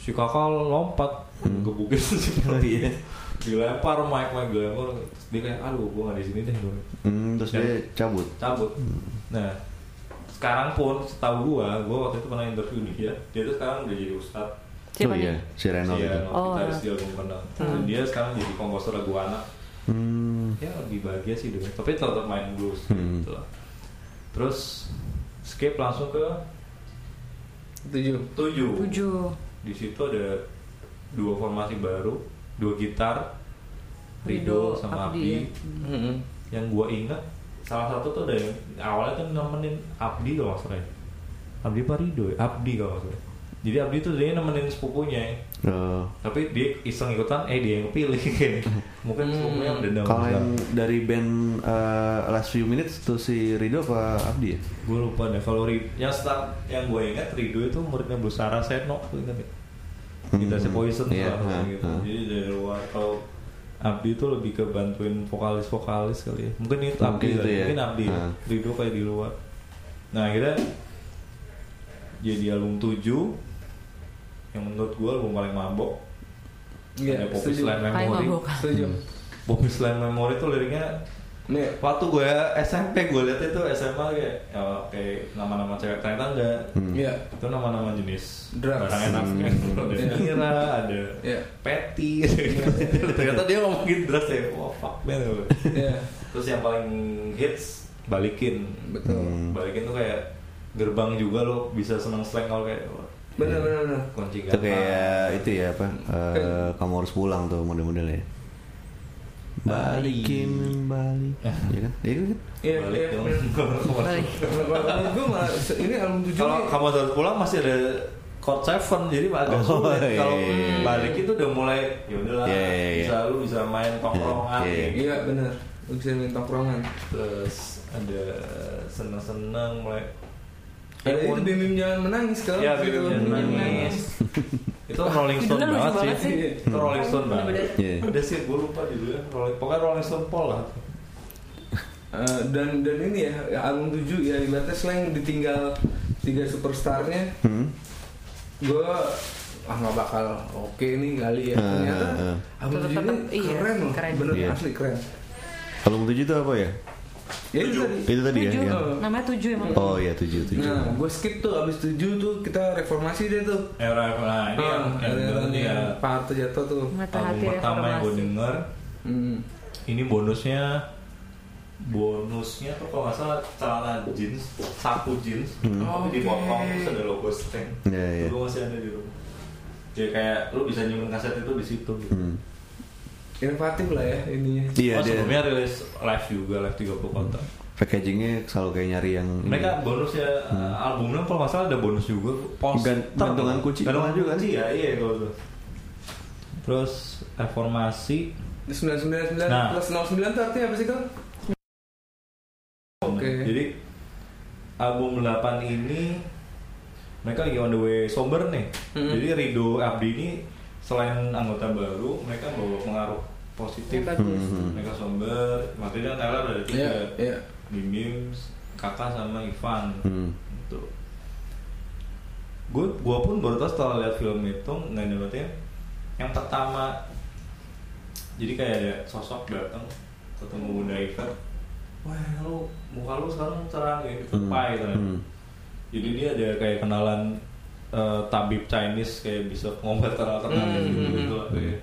Speaker 7: Si kakak lompat gebukin si penonton. dilempar mic mic dilempar terus dia kayak aduh gue gak di sini deh gue
Speaker 3: Hmm, terus dia cabut.
Speaker 7: cabut. Nah sekarang pun setahu gua, gua waktu itu pernah interview dia, dia tuh sekarang udah jadi ustadz
Speaker 6: Siapa
Speaker 3: oh iya,
Speaker 6: nih?
Speaker 3: si Reno
Speaker 7: Iya,
Speaker 3: itu.
Speaker 6: Oh,
Speaker 7: gitaris
Speaker 6: iya.
Speaker 7: di album Kenang. Dan dia sekarang jadi komposer lagu anak.
Speaker 3: Hmm.
Speaker 7: Ya lebih bahagia sih dengan tapi tetap main blues
Speaker 3: Hmm.
Speaker 7: gitu lah. Terus skip langsung ke
Speaker 5: Tujuh.
Speaker 7: tujuh.
Speaker 6: Tujuh.
Speaker 7: Di situ ada dua formasi baru, dua gitar, Rido, sama Abdi.
Speaker 5: Hmm.
Speaker 7: Yang gua ingat salah satu tuh ada yang awalnya tuh nemenin Abdi kalau nggak salah. ya. Abdi apa Rido ya? Abdi kalau nggak salah. Jadi Abdi tuh dia nemenin sepupunya.
Speaker 3: Oh.
Speaker 7: Tapi dia iseng ikutan, eh dia yang kepilih. Mungkin sepupunya yang dendam.
Speaker 3: Kalau
Speaker 7: besar.
Speaker 3: yang dari band eh, Last Few Minutes tuh si Rido apa Abdi ya?
Speaker 7: gue lupa deh kalau Ri- yang start yang gue ingat Rido itu muridnya Bu Sarah Seno gue ingat ya kita si
Speaker 3: Hmm,
Speaker 7: Poison
Speaker 3: iya,
Speaker 7: lah,
Speaker 3: ha,
Speaker 7: gitu.
Speaker 3: ha.
Speaker 7: jadi dari luar kalau Abdi itu lebih ke bantuin vokalis vokalis kali ya mungkin itu
Speaker 3: Mungkin
Speaker 7: Abdi
Speaker 3: itu
Speaker 7: kali,
Speaker 3: ya.
Speaker 7: mungkin Abdi
Speaker 3: Ha.
Speaker 7: Rido kayak di luar nah akhirnya jadi album 7 yang menurut gue album paling mabok
Speaker 5: Iya,
Speaker 7: ada Poppy
Speaker 5: setuju.
Speaker 7: Slime
Speaker 6: Paling
Speaker 7: Memory
Speaker 6: mabok.
Speaker 5: Setuju.
Speaker 7: Poppy Slime Memory itu liriknya
Speaker 5: Nih,
Speaker 7: waktu gue SMP gue liat itu SMA kayak ya, kayak nama-nama cewek ternyata enggak
Speaker 3: Hmm.
Speaker 5: iya.
Speaker 7: itu nama-nama jenis
Speaker 5: Drugs.
Speaker 7: barang enak
Speaker 3: Hmm.
Speaker 7: kan ada
Speaker 5: Iya.
Speaker 7: Mira ada
Speaker 5: Iya.
Speaker 7: Patty gitu. ternyata dia ngomongin drugs ya wah fuck man
Speaker 5: Iya.
Speaker 7: terus yang paling hits balikin
Speaker 5: Betul.
Speaker 3: Hmm.
Speaker 7: balikin tuh kayak gerbang juga lo bisa seneng slang kalau kayak wah,
Speaker 5: Benar benar benar.
Speaker 7: kunci
Speaker 3: Itu
Speaker 7: gampang
Speaker 3: kayak itu ya apa? eh,
Speaker 5: Kan-
Speaker 3: kamu harus pulang tuh model-modelnya. Balikin balik. Ya kan? Ya kan?
Speaker 5: Iya,
Speaker 7: balik
Speaker 5: iya.
Speaker 7: dong
Speaker 3: Oh,
Speaker 6: Balik.
Speaker 5: Gue malah se- ini album 7
Speaker 7: kalau kamu harus pulang masih ada chord seven jadi agak
Speaker 3: Oh,
Speaker 7: sulit kalau
Speaker 3: iya.
Speaker 7: balik itu udah mulai ya udahlah
Speaker 3: Iya, iya, iya.
Speaker 7: bisa lu bisa main tongkrongan gitu.
Speaker 3: Iya, iya.
Speaker 5: Iya benar. Lu bisa main tongkrongan.
Speaker 7: terus ada seneng-seneng mulai
Speaker 5: Ada itu
Speaker 7: Ya pun-
Speaker 5: Bim Bim jangan menangis kan? Gitu. kalau
Speaker 7: ya Bim Bim jangan menangis itu Rolling Stone
Speaker 6: Judulnya lucu
Speaker 7: banget
Speaker 6: banget
Speaker 7: sih
Speaker 5: sih.
Speaker 7: itu Rolling Stone banget
Speaker 6: Bener-bener.
Speaker 3: Iya.
Speaker 7: ada sih gue lupa judulnya Rolling pokoknya Rolling Stone Paul lah
Speaker 5: Eh, dan dan ini ya ya, album 7 ya ibaratnya slang ditinggal tiga superstarnya
Speaker 3: Hmm.
Speaker 5: gue ah nggak bakal oke nih kali ya
Speaker 3: Eh,
Speaker 5: ternyata
Speaker 3: eh, eh.
Speaker 5: album
Speaker 6: Tetep-
Speaker 5: 7 ini
Speaker 6: tetep, iya,
Speaker 5: keren loh
Speaker 6: keren.
Speaker 5: bener
Speaker 3: Iya.
Speaker 5: asli keren
Speaker 3: Album 7 itu apa ya?
Speaker 5: ya itu tadi
Speaker 3: Itu tadi ya.
Speaker 6: Tujuh.
Speaker 3: ya?
Speaker 6: Namanya tujuh emang.
Speaker 3: Oh iya 7 7.
Speaker 5: nah gue skip tuh abis 7 tuh kita reformasi deh tuh
Speaker 7: era nah ini yang
Speaker 5: Ah,
Speaker 7: yang
Speaker 5: ada-
Speaker 7: bener nih ya
Speaker 5: Pak Harto jatuh tuh
Speaker 6: Mata
Speaker 7: album
Speaker 6: hati
Speaker 7: pertama yang gue
Speaker 6: reformasi.
Speaker 7: denger
Speaker 5: hmm.
Speaker 7: ini bonusnya bonusnya tuh kalau nggak salah celana jeans saku jeans tapi
Speaker 5: Oke.
Speaker 7: dipotong terus ada logo Sting
Speaker 3: Hmm. Iya, iya.
Speaker 7: Dulu masih ada di rumah jadi kayak lu bisa nyimpen kaset itu di situ gitu.
Speaker 3: Hmm.
Speaker 5: inovatif lah ya ininya
Speaker 3: Iya
Speaker 7: oh,
Speaker 3: dia
Speaker 7: sebelumnya rilis live juga, live 30 kota.
Speaker 3: packagingnya selalu kayak nyari yang ini.
Speaker 7: Mereka bonusnya uh, albumnya kalau nggak salah ada bonus juga. Poster.
Speaker 3: Hmm. Gan- gantungan kunci.
Speaker 7: Gantungan
Speaker 3: juga kan?
Speaker 7: juga kunci ya, iya kalau itu. Terus reformasi
Speaker 5: 999
Speaker 7: Nah.
Speaker 5: plus 09 tuh artinya apa sih kok? Oke.
Speaker 7: Jadi album 8 ini mereka lagi on the way sober nih.
Speaker 5: Mm.
Speaker 7: Jadi Rido Abdi ini selain anggota baru, mereka bawa pengaruh positif.
Speaker 3: Hmm.
Speaker 7: Mereka somber, maksudnya Tyler ada tiga.
Speaker 5: Iya, iya.
Speaker 7: Bim kakak sama Ivan
Speaker 3: Hmm.
Speaker 7: gitu. Gue gua pun baru tahu setelah lihat film itu nggak dapetin yang pertama jadi kayak ada sosok datang ketemu Bunda Ivan wah lu muka lu sekarang cerah kayak
Speaker 3: Hmm.
Speaker 7: pai ternyata.
Speaker 3: Hmm.
Speaker 7: jadi dia ada kayak kenalan eh, tabib Chinese kayak bisa pengobatan alternatif
Speaker 5: Hmm.
Speaker 7: gitu, gitu lah, kayak.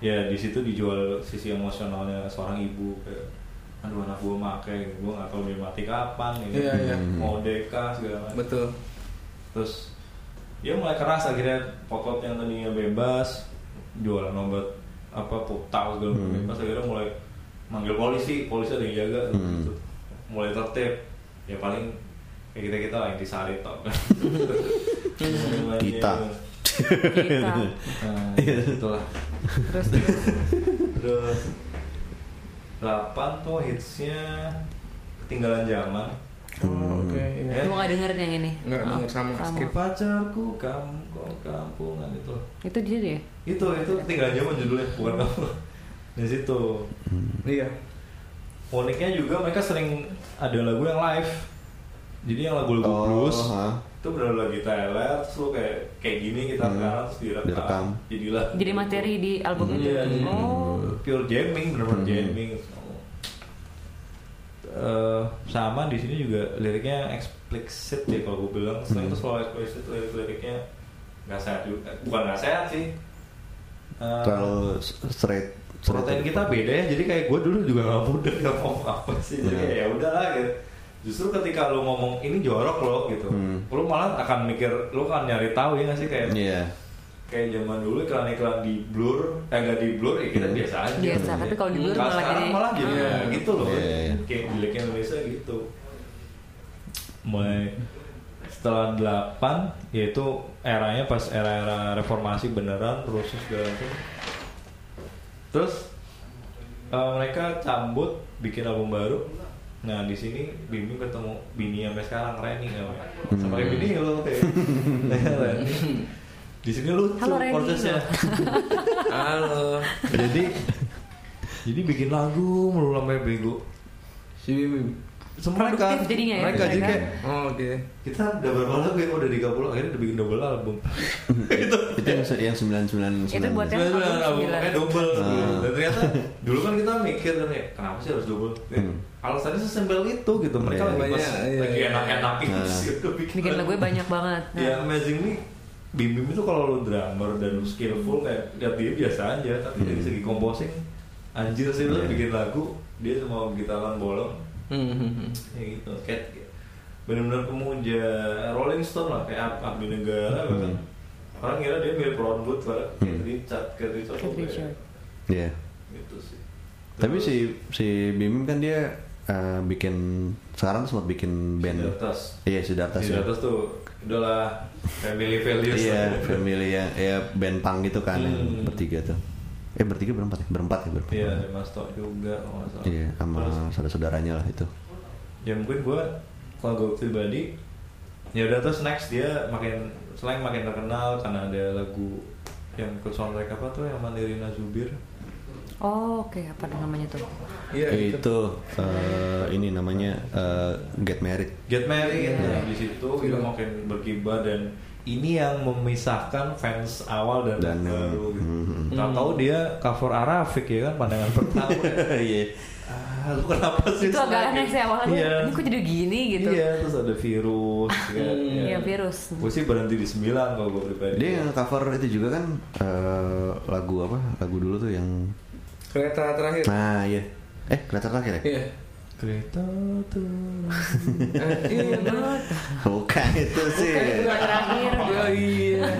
Speaker 7: ya di situ dijual sisi emosionalnya seorang ibu kayak aduh anak gua make gitu. gua nggak tahu dia mati kapan gitu.
Speaker 5: Iya, iya.
Speaker 7: mau deka segala macam
Speaker 5: betul
Speaker 7: terus dia mulai keras akhirnya pokok yang tadinya bebas jualan obat apa putau segala macam
Speaker 3: Hmm.
Speaker 7: bebas akhirnya mulai manggil polisi polisi ada yang jaga
Speaker 3: Hmm.
Speaker 7: gitu. mulai tertib ya paling kayak kita kita lah yang disari tau kan
Speaker 3: Kita.
Speaker 6: Kita.
Speaker 7: nah,
Speaker 3: Iya.
Speaker 7: itulah
Speaker 6: Terus terus.
Speaker 7: terus 8 tuh hitsnya ketinggalan zaman
Speaker 5: Oh, oke
Speaker 7: Eh,
Speaker 5: iya.
Speaker 6: Gua nggak dengerin yang ini. Oh,
Speaker 5: Nggak
Speaker 6: Maaf,
Speaker 5: denger, sama, skip.
Speaker 7: pacarku kamu kok kampungan gitu itu
Speaker 6: Itu dia deh.
Speaker 7: itu itu tinggal zaman judulnya bukan
Speaker 3: Hmm.
Speaker 7: kamu di situ
Speaker 5: Iya.
Speaker 7: uniknya juga mereka sering ada lagu yang live jadi yang lagu-lagu
Speaker 3: Oh,
Speaker 7: blues
Speaker 3: ha.
Speaker 7: itu benar lagi teler terus lu kayak kayak gini kita
Speaker 3: Hmm.
Speaker 7: sekarang terus direkam,
Speaker 3: Direkam.
Speaker 7: jadilah
Speaker 6: Jadi materi di album itu.
Speaker 7: Iya, jadi
Speaker 6: Oh.
Speaker 7: pure jamming
Speaker 3: Hmm.
Speaker 7: benar-benar jamming Eh, sama di sini juga liriknya eksplisit ya kalau gue bilang selain
Speaker 3: Hmm.
Speaker 7: itu selalu eksplisit lirik-liriknya nggak sehat juga bukan nggak sehat sih Eh,
Speaker 3: Terlalu s- straight. straight.
Speaker 7: protein kita beda ya jadi kayak gue dulu juga nggak mudah nggak mau apa sih jadi
Speaker 3: Hmm.
Speaker 7: ya udahlah gitu justru ketika lo ngomong ini jorok lo gitu
Speaker 3: Hmm.
Speaker 7: lo malah akan mikir lo akan nyari tahu ya nggak sih kayak
Speaker 3: Iya.
Speaker 7: kayak zaman dulu iklan-iklan di blur eh nggak di blur ya kita
Speaker 3: Hmm.
Speaker 7: biasa aja
Speaker 6: Biasa, tapi kalau di blur
Speaker 7: Kalau
Speaker 6: malah
Speaker 7: sekarang
Speaker 6: jadi-
Speaker 7: malah jadi
Speaker 6: Iya.
Speaker 7: ya gitu loh
Speaker 3: Iya, iya.
Speaker 7: kayak di Indonesia gitu mulai setelah 8 yaitu eranya pas era-era reformasi beneran rusuh segala macam. Terus eh, mereka cabut bikin album baru. Nah di sini Bimbing ketemu Bini sampai sekarang Reni namanya. Sama kayak Bini lo kayak. Reni. di sini lucu
Speaker 6: Halo, Reni.
Speaker 7: prosesnya.
Speaker 5: Halo.
Speaker 7: jadi jadi bikin lagu mulu sampai bego.
Speaker 5: Si Bim.
Speaker 7: Semua mereka,
Speaker 6: Produktif jadinya ya,
Speaker 7: mereka jadi
Speaker 6: mereka.
Speaker 7: kayak
Speaker 5: Oh, oke.
Speaker 7: kita udah berapa lagu ya udah 30 akhirnya udah bikin double album
Speaker 3: itu yang se- yang sembilan sembilan
Speaker 6: Itu buat yang
Speaker 7: Double
Speaker 6: album
Speaker 7: album
Speaker 6: Kan sembilan.
Speaker 7: eh double
Speaker 3: Ah.
Speaker 7: dan ternyata dulu kan kita mikir kan ya kenapa sih harus double ya,
Speaker 3: Hmm.
Speaker 7: alasannya sesimpel itu gitu mereka
Speaker 3: Iya.
Speaker 7: lagi pas
Speaker 5: Banyak, iya,
Speaker 7: lagi
Speaker 5: iya.
Speaker 7: enak-enak
Speaker 3: Ah.
Speaker 7: gitu bikin,
Speaker 6: Bikin lagu banyak banget. Nah,
Speaker 7: ya amazing nih Bim Bim itu kalau lu drummer dan lu skillful kayak lihat dia biasa aja tapi dari segi composing anjir sih lu
Speaker 3: Hmm. Iya.
Speaker 7: bikin lagu dia cuma gitaran bolong
Speaker 5: Hmm, hmm, hmm.
Speaker 7: ya gitu kayak benar-benar pemuja Rolling Stone lah kayak Ab- abdi negara bahkan orang kira dia mirip Ron Wood padahal kayak
Speaker 3: Hmm.
Speaker 7: Richard kayak Richard
Speaker 6: Keith
Speaker 7: Cobain.
Speaker 6: Richard.
Speaker 3: Iya.
Speaker 7: gitu sih
Speaker 3: tapi si si Bimim kan dia eh, bikin sekarang sempat bikin band
Speaker 7: atas
Speaker 3: iya Sidarta
Speaker 7: di
Speaker 3: sih
Speaker 7: atas tuh udahlah family values
Speaker 3: iya family yang ya band punk gitu kan yang
Speaker 7: Hmm.
Speaker 3: bertiga tuh eh bertiga berempat ya berempat ya berempat
Speaker 7: iya ada Mas Tok juga kalau nggak salah
Speaker 3: Iya, sama
Speaker 7: Terus,
Speaker 3: saudara-saudaranya lah itu
Speaker 7: ya mungkin gue kalau gue pribadi ya udah terus next dia makin selain makin terkenal karena ada lagu yang ke soundtrack apa tuh yang Mandirina Zubir
Speaker 6: Oh, oke, apa namanya tuh?
Speaker 5: Iya,
Speaker 3: itu, eh, ini namanya eh, Get Married
Speaker 7: Get Married
Speaker 5: Iya.
Speaker 7: Nah, di situ itu makin berkibar dan ini yang memisahkan fans awal dan,
Speaker 3: Dan yang-
Speaker 7: baru gitu.
Speaker 3: Mhm.
Speaker 7: Tahu tahu
Speaker 6: Hmm.
Speaker 7: dia cover Arafik ya kan pandangan pertama.
Speaker 3: Iya.
Speaker 7: ah, lu kenapa sih?
Speaker 6: Itu agak
Speaker 7: Snake?
Speaker 6: aneh sih awalnya.
Speaker 7: Iya.
Speaker 6: Ini kok jadi gini gitu.
Speaker 7: Iya, terus ada virus kan.
Speaker 6: Iya, virus.
Speaker 7: Gue sih berhenti di 9 kalau gue pribadi.
Speaker 3: Dia yang cover itu juga kan eh, lagu apa? Lagu dulu tuh yang
Speaker 5: Kereta terakhir.
Speaker 3: Nah, iya. Eh, kelihatan terakhir ya?
Speaker 5: Iya.
Speaker 7: kereta tuh.
Speaker 5: Eh, Iya. bener.
Speaker 3: Bukan itu sih.
Speaker 5: Kayak itu yang
Speaker 6: Terakhir.
Speaker 5: Oh, iya.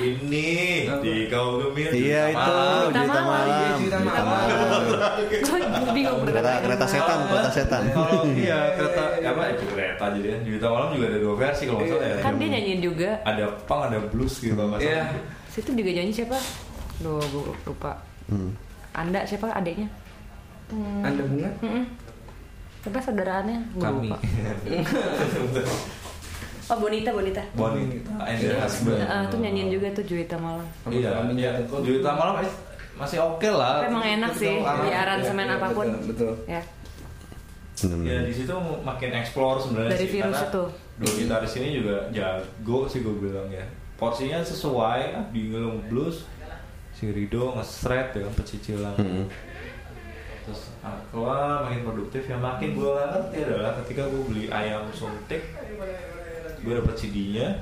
Speaker 7: ini di kaum gemir.
Speaker 3: Iya itu
Speaker 6: Juta
Speaker 3: Juta
Speaker 6: Malam.
Speaker 3: Malam.
Speaker 5: Iya, Juta
Speaker 3: Juta
Speaker 5: Malam.
Speaker 3: Malam.
Speaker 6: Gue bingung
Speaker 3: Kereta
Speaker 6: berdebat.
Speaker 3: kereta setan, kereta setan.
Speaker 7: Kalau iya kereta apa itu kereta jadi ya. Juta malam juga ada dua versi kalau nggak salah ya.
Speaker 6: Kan dia nyanyiin juga.
Speaker 7: ada punk ada blues gitu kalau nggak
Speaker 5: Iya.
Speaker 7: salah.
Speaker 6: Situ juga nyanyi siapa? Loh, gue lupa.
Speaker 3: Hmm.
Speaker 6: Anda siapa adiknya?
Speaker 5: Anda
Speaker 7: Iya,
Speaker 5: bunga?
Speaker 6: Mm-mm. Siapa saudaraannya? Gua lupa. Oh, Bonita, Bonita.
Speaker 7: Bonita and the Husband.
Speaker 6: Iya. Heeh, tuh nyanyiin juga tuh Juwita malam.
Speaker 7: Iya, iya. Juwita malam eh, masih oke lah.
Speaker 6: Tapi emang enak sih
Speaker 7: Arah-
Speaker 6: di aransemen
Speaker 5: Iya, iya,
Speaker 6: apapun.
Speaker 5: betul, betul.
Speaker 6: Ya.
Speaker 7: Ya
Speaker 3: Bener-bener.
Speaker 7: di situ makin explore sebenarnya
Speaker 6: Dari
Speaker 7: sih,
Speaker 6: virus
Speaker 7: karena
Speaker 6: itu.
Speaker 7: Dua gitaris ini juga jago sih gue bilang ya. Porsinya sesuai, Abdi ngelung blues, si Rido nge-shred ya kan pecicilan.
Speaker 3: Mm-mm.
Speaker 7: terus aqua makin produktif yang makin gue gak ngerti adalah ketika gue beli ayam suntik gue dapet CD-nya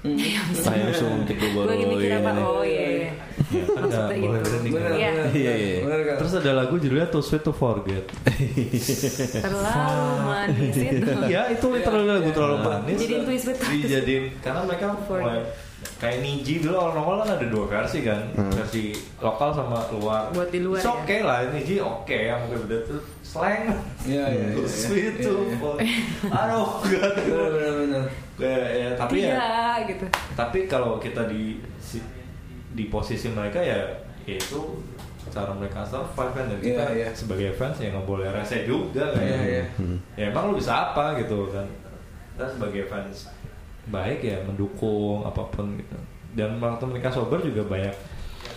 Speaker 6: Iya.
Speaker 3: Saya suntik gue baru
Speaker 6: Gue lagi mikir apa?
Speaker 3: ini.
Speaker 6: Oh iya. iya.
Speaker 7: ya kan
Speaker 6: Maksudnya
Speaker 7: nggak boleh
Speaker 6: gitu.
Speaker 7: berhenti
Speaker 6: Iya.
Speaker 5: Benar, benar,
Speaker 3: Iya,
Speaker 5: benar.
Speaker 3: iya.
Speaker 5: Benar, Kak.
Speaker 7: terus ada lagu judulnya Too Sweet to Forget
Speaker 6: Terlalu manis itu.
Speaker 7: Iya itu literally lagu terlalu
Speaker 6: Iya.
Speaker 7: manis
Speaker 6: Jadiin Too Sweet to Forget.
Speaker 7: dijadiin karena mereka
Speaker 6: Forget.
Speaker 7: mulai kayak Niji dulu awal nongol kan ada dua versi kan versi lokal sama luar
Speaker 6: Buat di luar
Speaker 7: It's
Speaker 6: ya.
Speaker 7: okay lah Niji oke yang gue beda tuh slang
Speaker 5: Iya, iya, iya,
Speaker 7: Too
Speaker 5: iya.
Speaker 7: Sweet
Speaker 5: Iya,
Speaker 7: to Forget
Speaker 5: iya.
Speaker 7: aduh
Speaker 5: Benar,
Speaker 7: gak
Speaker 5: benar, benar.
Speaker 7: Kayak, ya, tapi ya
Speaker 6: Tidak gitu.
Speaker 7: tapi kalau kita di si- di posisi mereka ya itu cara mereka survive kan dan
Speaker 5: Iya,
Speaker 7: kita
Speaker 5: iya.
Speaker 7: sebagai fans ya nggak boleh rese juga kan
Speaker 5: Iya, iya.
Speaker 7: ya emang lu bisa apa gitu kan kita sebagai fans baik ya mendukung apapun gitu dan waktu mereka sober juga banyak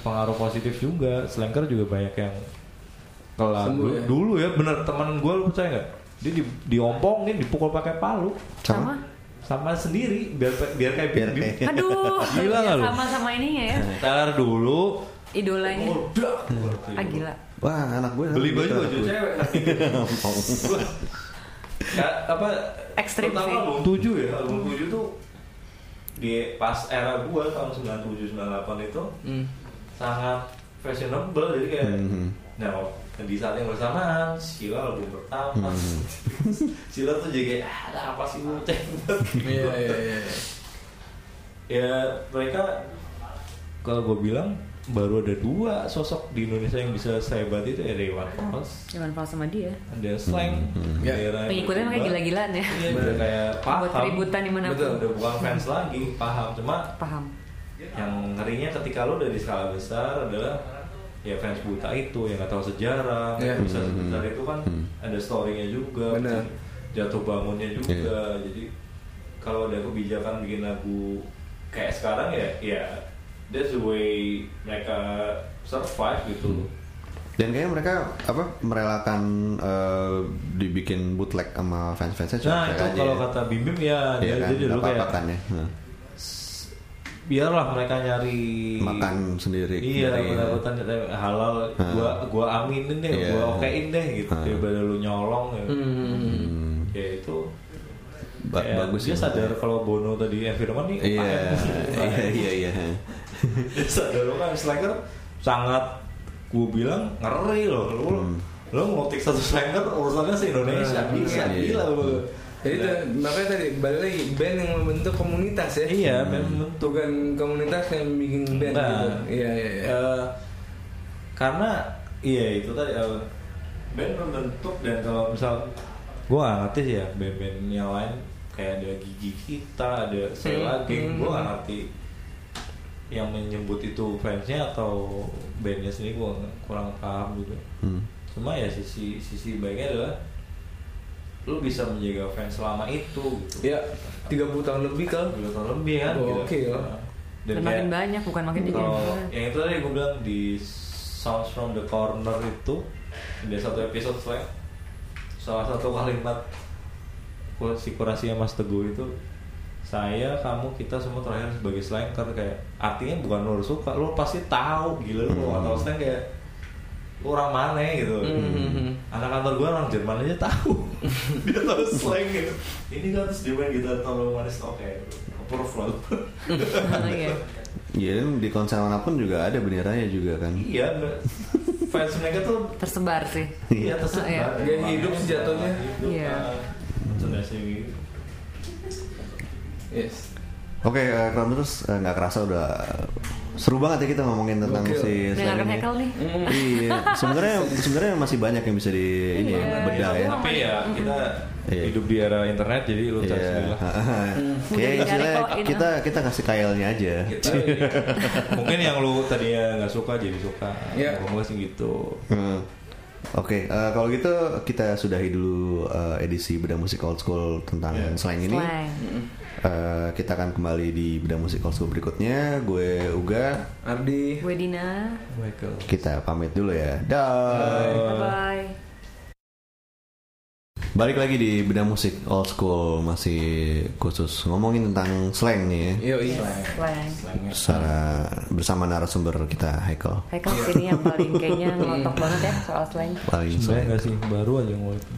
Speaker 7: pengaruh positif juga Slanker juga banyak yang kelar
Speaker 5: Sembuh
Speaker 7: dulu,
Speaker 5: ya?
Speaker 7: dulu ya bener teman gue lu percaya nggak dia di, diompongin dipukul pakai palu iya.
Speaker 6: Sama.
Speaker 7: sama sendiri biar biar kayak
Speaker 3: Biar
Speaker 7: Bim-
Speaker 3: kayak-
Speaker 6: Aduh,
Speaker 7: Ya.
Speaker 6: Iya,
Speaker 7: Gila nggak lu?
Speaker 6: sama sama ininya ya.
Speaker 7: Ntar dulu. Oh,
Speaker 6: Idolanya.
Speaker 7: Udah. iya.
Speaker 6: Ah gila.
Speaker 3: Wah, anak gue
Speaker 7: Beli
Speaker 3: gitu, Oh,
Speaker 7: baju
Speaker 3: anak
Speaker 7: baju
Speaker 3: gue.
Speaker 7: cewek.
Speaker 3: Gampang.
Speaker 7: Ya, apa?
Speaker 6: Ekstrim
Speaker 7: pertama
Speaker 6: sih.
Speaker 7: album 7 ya. Album 7 tuh di pas era gua tahun 97 98 itu
Speaker 5: Hmm.
Speaker 7: sangat fashionable jadi kayak
Speaker 3: Mhm.
Speaker 7: nah di saat yang bersamaan Sheila album pertama Mhm. Sheila tuh jadi kayak ah ada apa sih lu Ceng?"
Speaker 5: Iya, iya, iya.
Speaker 7: ya mereka kalau gue bilang baru ada dua sosok di Indonesia yang bisa sehebat itu ya Dewan Fals
Speaker 6: Jangan fals sama dia.
Speaker 7: ada slang
Speaker 3: Hmm,
Speaker 5: Ya.
Speaker 6: Pengikutnya makanya gila-gilaan ya.
Speaker 7: Iya, udah kayak paham.
Speaker 6: Buat keributan dimanapun.
Speaker 7: Betul, udah bukan fans lagi, paham. Cuma
Speaker 6: Paham.
Speaker 7: yang ngerinya ketika lo udah di skala besar adalah ya fans buta itu yang nggak tahu sejarah,
Speaker 5: Iya.
Speaker 7: yeah. bisa sebesar itu kan
Speaker 3: Hmm.
Speaker 7: ada story-nya juga,
Speaker 5: Benar.
Speaker 7: jatuh bangunnya juga.
Speaker 3: Iya.
Speaker 7: Jadi kalau ada kebijakan bikin lagu kayak sekarang ya, ya that's the way mereka survive gitu.
Speaker 3: Hmm. Dan kayaknya mereka apa merelakan eh, dibikin bootleg sama fans-fansnya cuma
Speaker 7: Nah
Speaker 3: mereka
Speaker 7: itu
Speaker 3: aja
Speaker 7: kalau
Speaker 3: ya.
Speaker 7: kata Bim Bim ya,
Speaker 3: Iya
Speaker 7: dia-
Speaker 3: kan,
Speaker 7: dia dulu
Speaker 3: apa
Speaker 7: kayak
Speaker 3: kan ya. Nah,
Speaker 7: biarlah mereka nyari
Speaker 3: Makan sendiri.
Speaker 7: iya
Speaker 3: Nyari- ya.
Speaker 7: pendapatan dari halal
Speaker 3: Hmm.
Speaker 7: gua gua aminin deh
Speaker 3: Iya.
Speaker 7: gua okein deh gitu
Speaker 3: Hmm.
Speaker 7: daripada lu nyolong ya,
Speaker 5: Hmm.
Speaker 3: Hmm,
Speaker 7: ya itu
Speaker 3: ba-
Speaker 7: kayak
Speaker 3: bagus
Speaker 7: dia
Speaker 3: ya.
Speaker 7: sadar kalau Bono tadi environment nih
Speaker 3: Iya,
Speaker 7: UKM.
Speaker 3: iya, iya, iya.
Speaker 7: dia sadar lo kan slacker sangat gua bilang ngeri loh lu
Speaker 3: Hmm.
Speaker 7: lu ngotik satu slacker urusannya se Indonesia
Speaker 5: Hmm.
Speaker 7: bisa
Speaker 3: Iya.
Speaker 7: gila lu
Speaker 5: Jadi itu, makanya tadi balik lagi band yang membentuk komunitas ya.
Speaker 7: iya memang
Speaker 5: Bukan komunitas yang bikin band
Speaker 7: Nah,
Speaker 5: gitu. Iya iya iya.
Speaker 7: eh, karena iya itu tadi eh, band membentuk dan kalau misal gua gak ngerti sih ya band-band yang lain kayak ada gigi kita ada Sela
Speaker 5: Hmm,
Speaker 7: Geng
Speaker 5: hmm.
Speaker 7: gua gak ngerti yang menyebut itu fansnya atau bandnya sendiri gua nggak- kurang paham juga
Speaker 3: Hmm.
Speaker 7: cuma ya sisi sisi baiknya adalah lu bisa menjaga fans selama itu gitu
Speaker 5: Ya, 30 tahun lebih kan.
Speaker 7: Dua tahun lebih kan
Speaker 5: Oh, oke, ya.
Speaker 6: Dan,
Speaker 7: kayak-
Speaker 6: makin banyak bukan makin dikit.
Speaker 7: kalau iya. yang itu tadi gue bilang di Sounds from the Corner itu ada satu episode slang salah satu kalimat ku- si kurasinya Mas Teguh itu saya, kamu, kita semua terakhir sebagai slanker kayak artinya bukan lo harus suka, lo pasti tahu gila lo kalau tahu slang kayak lo orang mana gitu.
Speaker 5: Hmm.
Speaker 7: Anak kantor gue orang Jerman aja tahu. Dia tahu slang gitu. Ini kan terus dia main gitar tolong manis oke. Approve lah.
Speaker 6: Iya.
Speaker 3: Iya, dan di konser manapun juga ada benderanya juga kan.
Speaker 7: Iya, Mbak. fans mereka tuh
Speaker 6: Tersebar sih. Iya.
Speaker 7: iya tersebar.
Speaker 5: Gaya hidup sih jatuhnya.
Speaker 7: Hidup,
Speaker 6: Iya.
Speaker 7: ah. Merchandise-nya gitu.
Speaker 5: Yes.
Speaker 3: Oke, eh, Kram, terus eh, nggak kerasa udah seru banget ya kita ngomongin tentang
Speaker 5: Gokil.
Speaker 6: Udah
Speaker 3: si Slang
Speaker 6: nggak
Speaker 3: ini.
Speaker 6: kehekel nih.
Speaker 3: Iya, sebenarnya sebenarnya masih banyak yang bisa di ini ya,
Speaker 6: Iya,
Speaker 3: bedah ya.
Speaker 7: Tapi ya kita
Speaker 3: Iya.
Speaker 7: hidup di era internet jadi lu cari
Speaker 3: Iya.
Speaker 7: sendiri lah.
Speaker 5: Hmm.
Speaker 3: Oke,
Speaker 6: Udah
Speaker 3: istilahnya
Speaker 6: dicari kok,
Speaker 3: kita kita kasih kailnya aja.
Speaker 7: Kita- mungkin yang lu tadinya nggak suka jadi suka.
Speaker 5: Iya.
Speaker 7: Ngomong sih gitu.
Speaker 3: Hmm. Oke, eh, kalau gitu kita sudahi dulu eh, edisi Bedah Musik Old School tentang slang ini.
Speaker 6: Slang.
Speaker 3: Eh, kita akan kembali di Bedah Musik Old School berikutnya. Gue Uga,
Speaker 5: Ardi.
Speaker 6: Gue Dina.
Speaker 7: Michael.
Speaker 3: kita pamit dulu ya. Dah.
Speaker 7: Eh.
Speaker 6: Bye bye.
Speaker 3: Balik lagi di Bedah Musik Old School masih khusus ngomongin tentang slang nih ya.
Speaker 5: Yo,
Speaker 6: Slang.
Speaker 3: Secara bersama narasumber kita Haikal.
Speaker 7: Iya.
Speaker 6: Haikal sini yang paling kayaknya ngelotok banget ya soal slang.
Speaker 3: Paling
Speaker 7: Sebenarnya
Speaker 3: slang.
Speaker 7: nggak sih baru aja ngomong itu.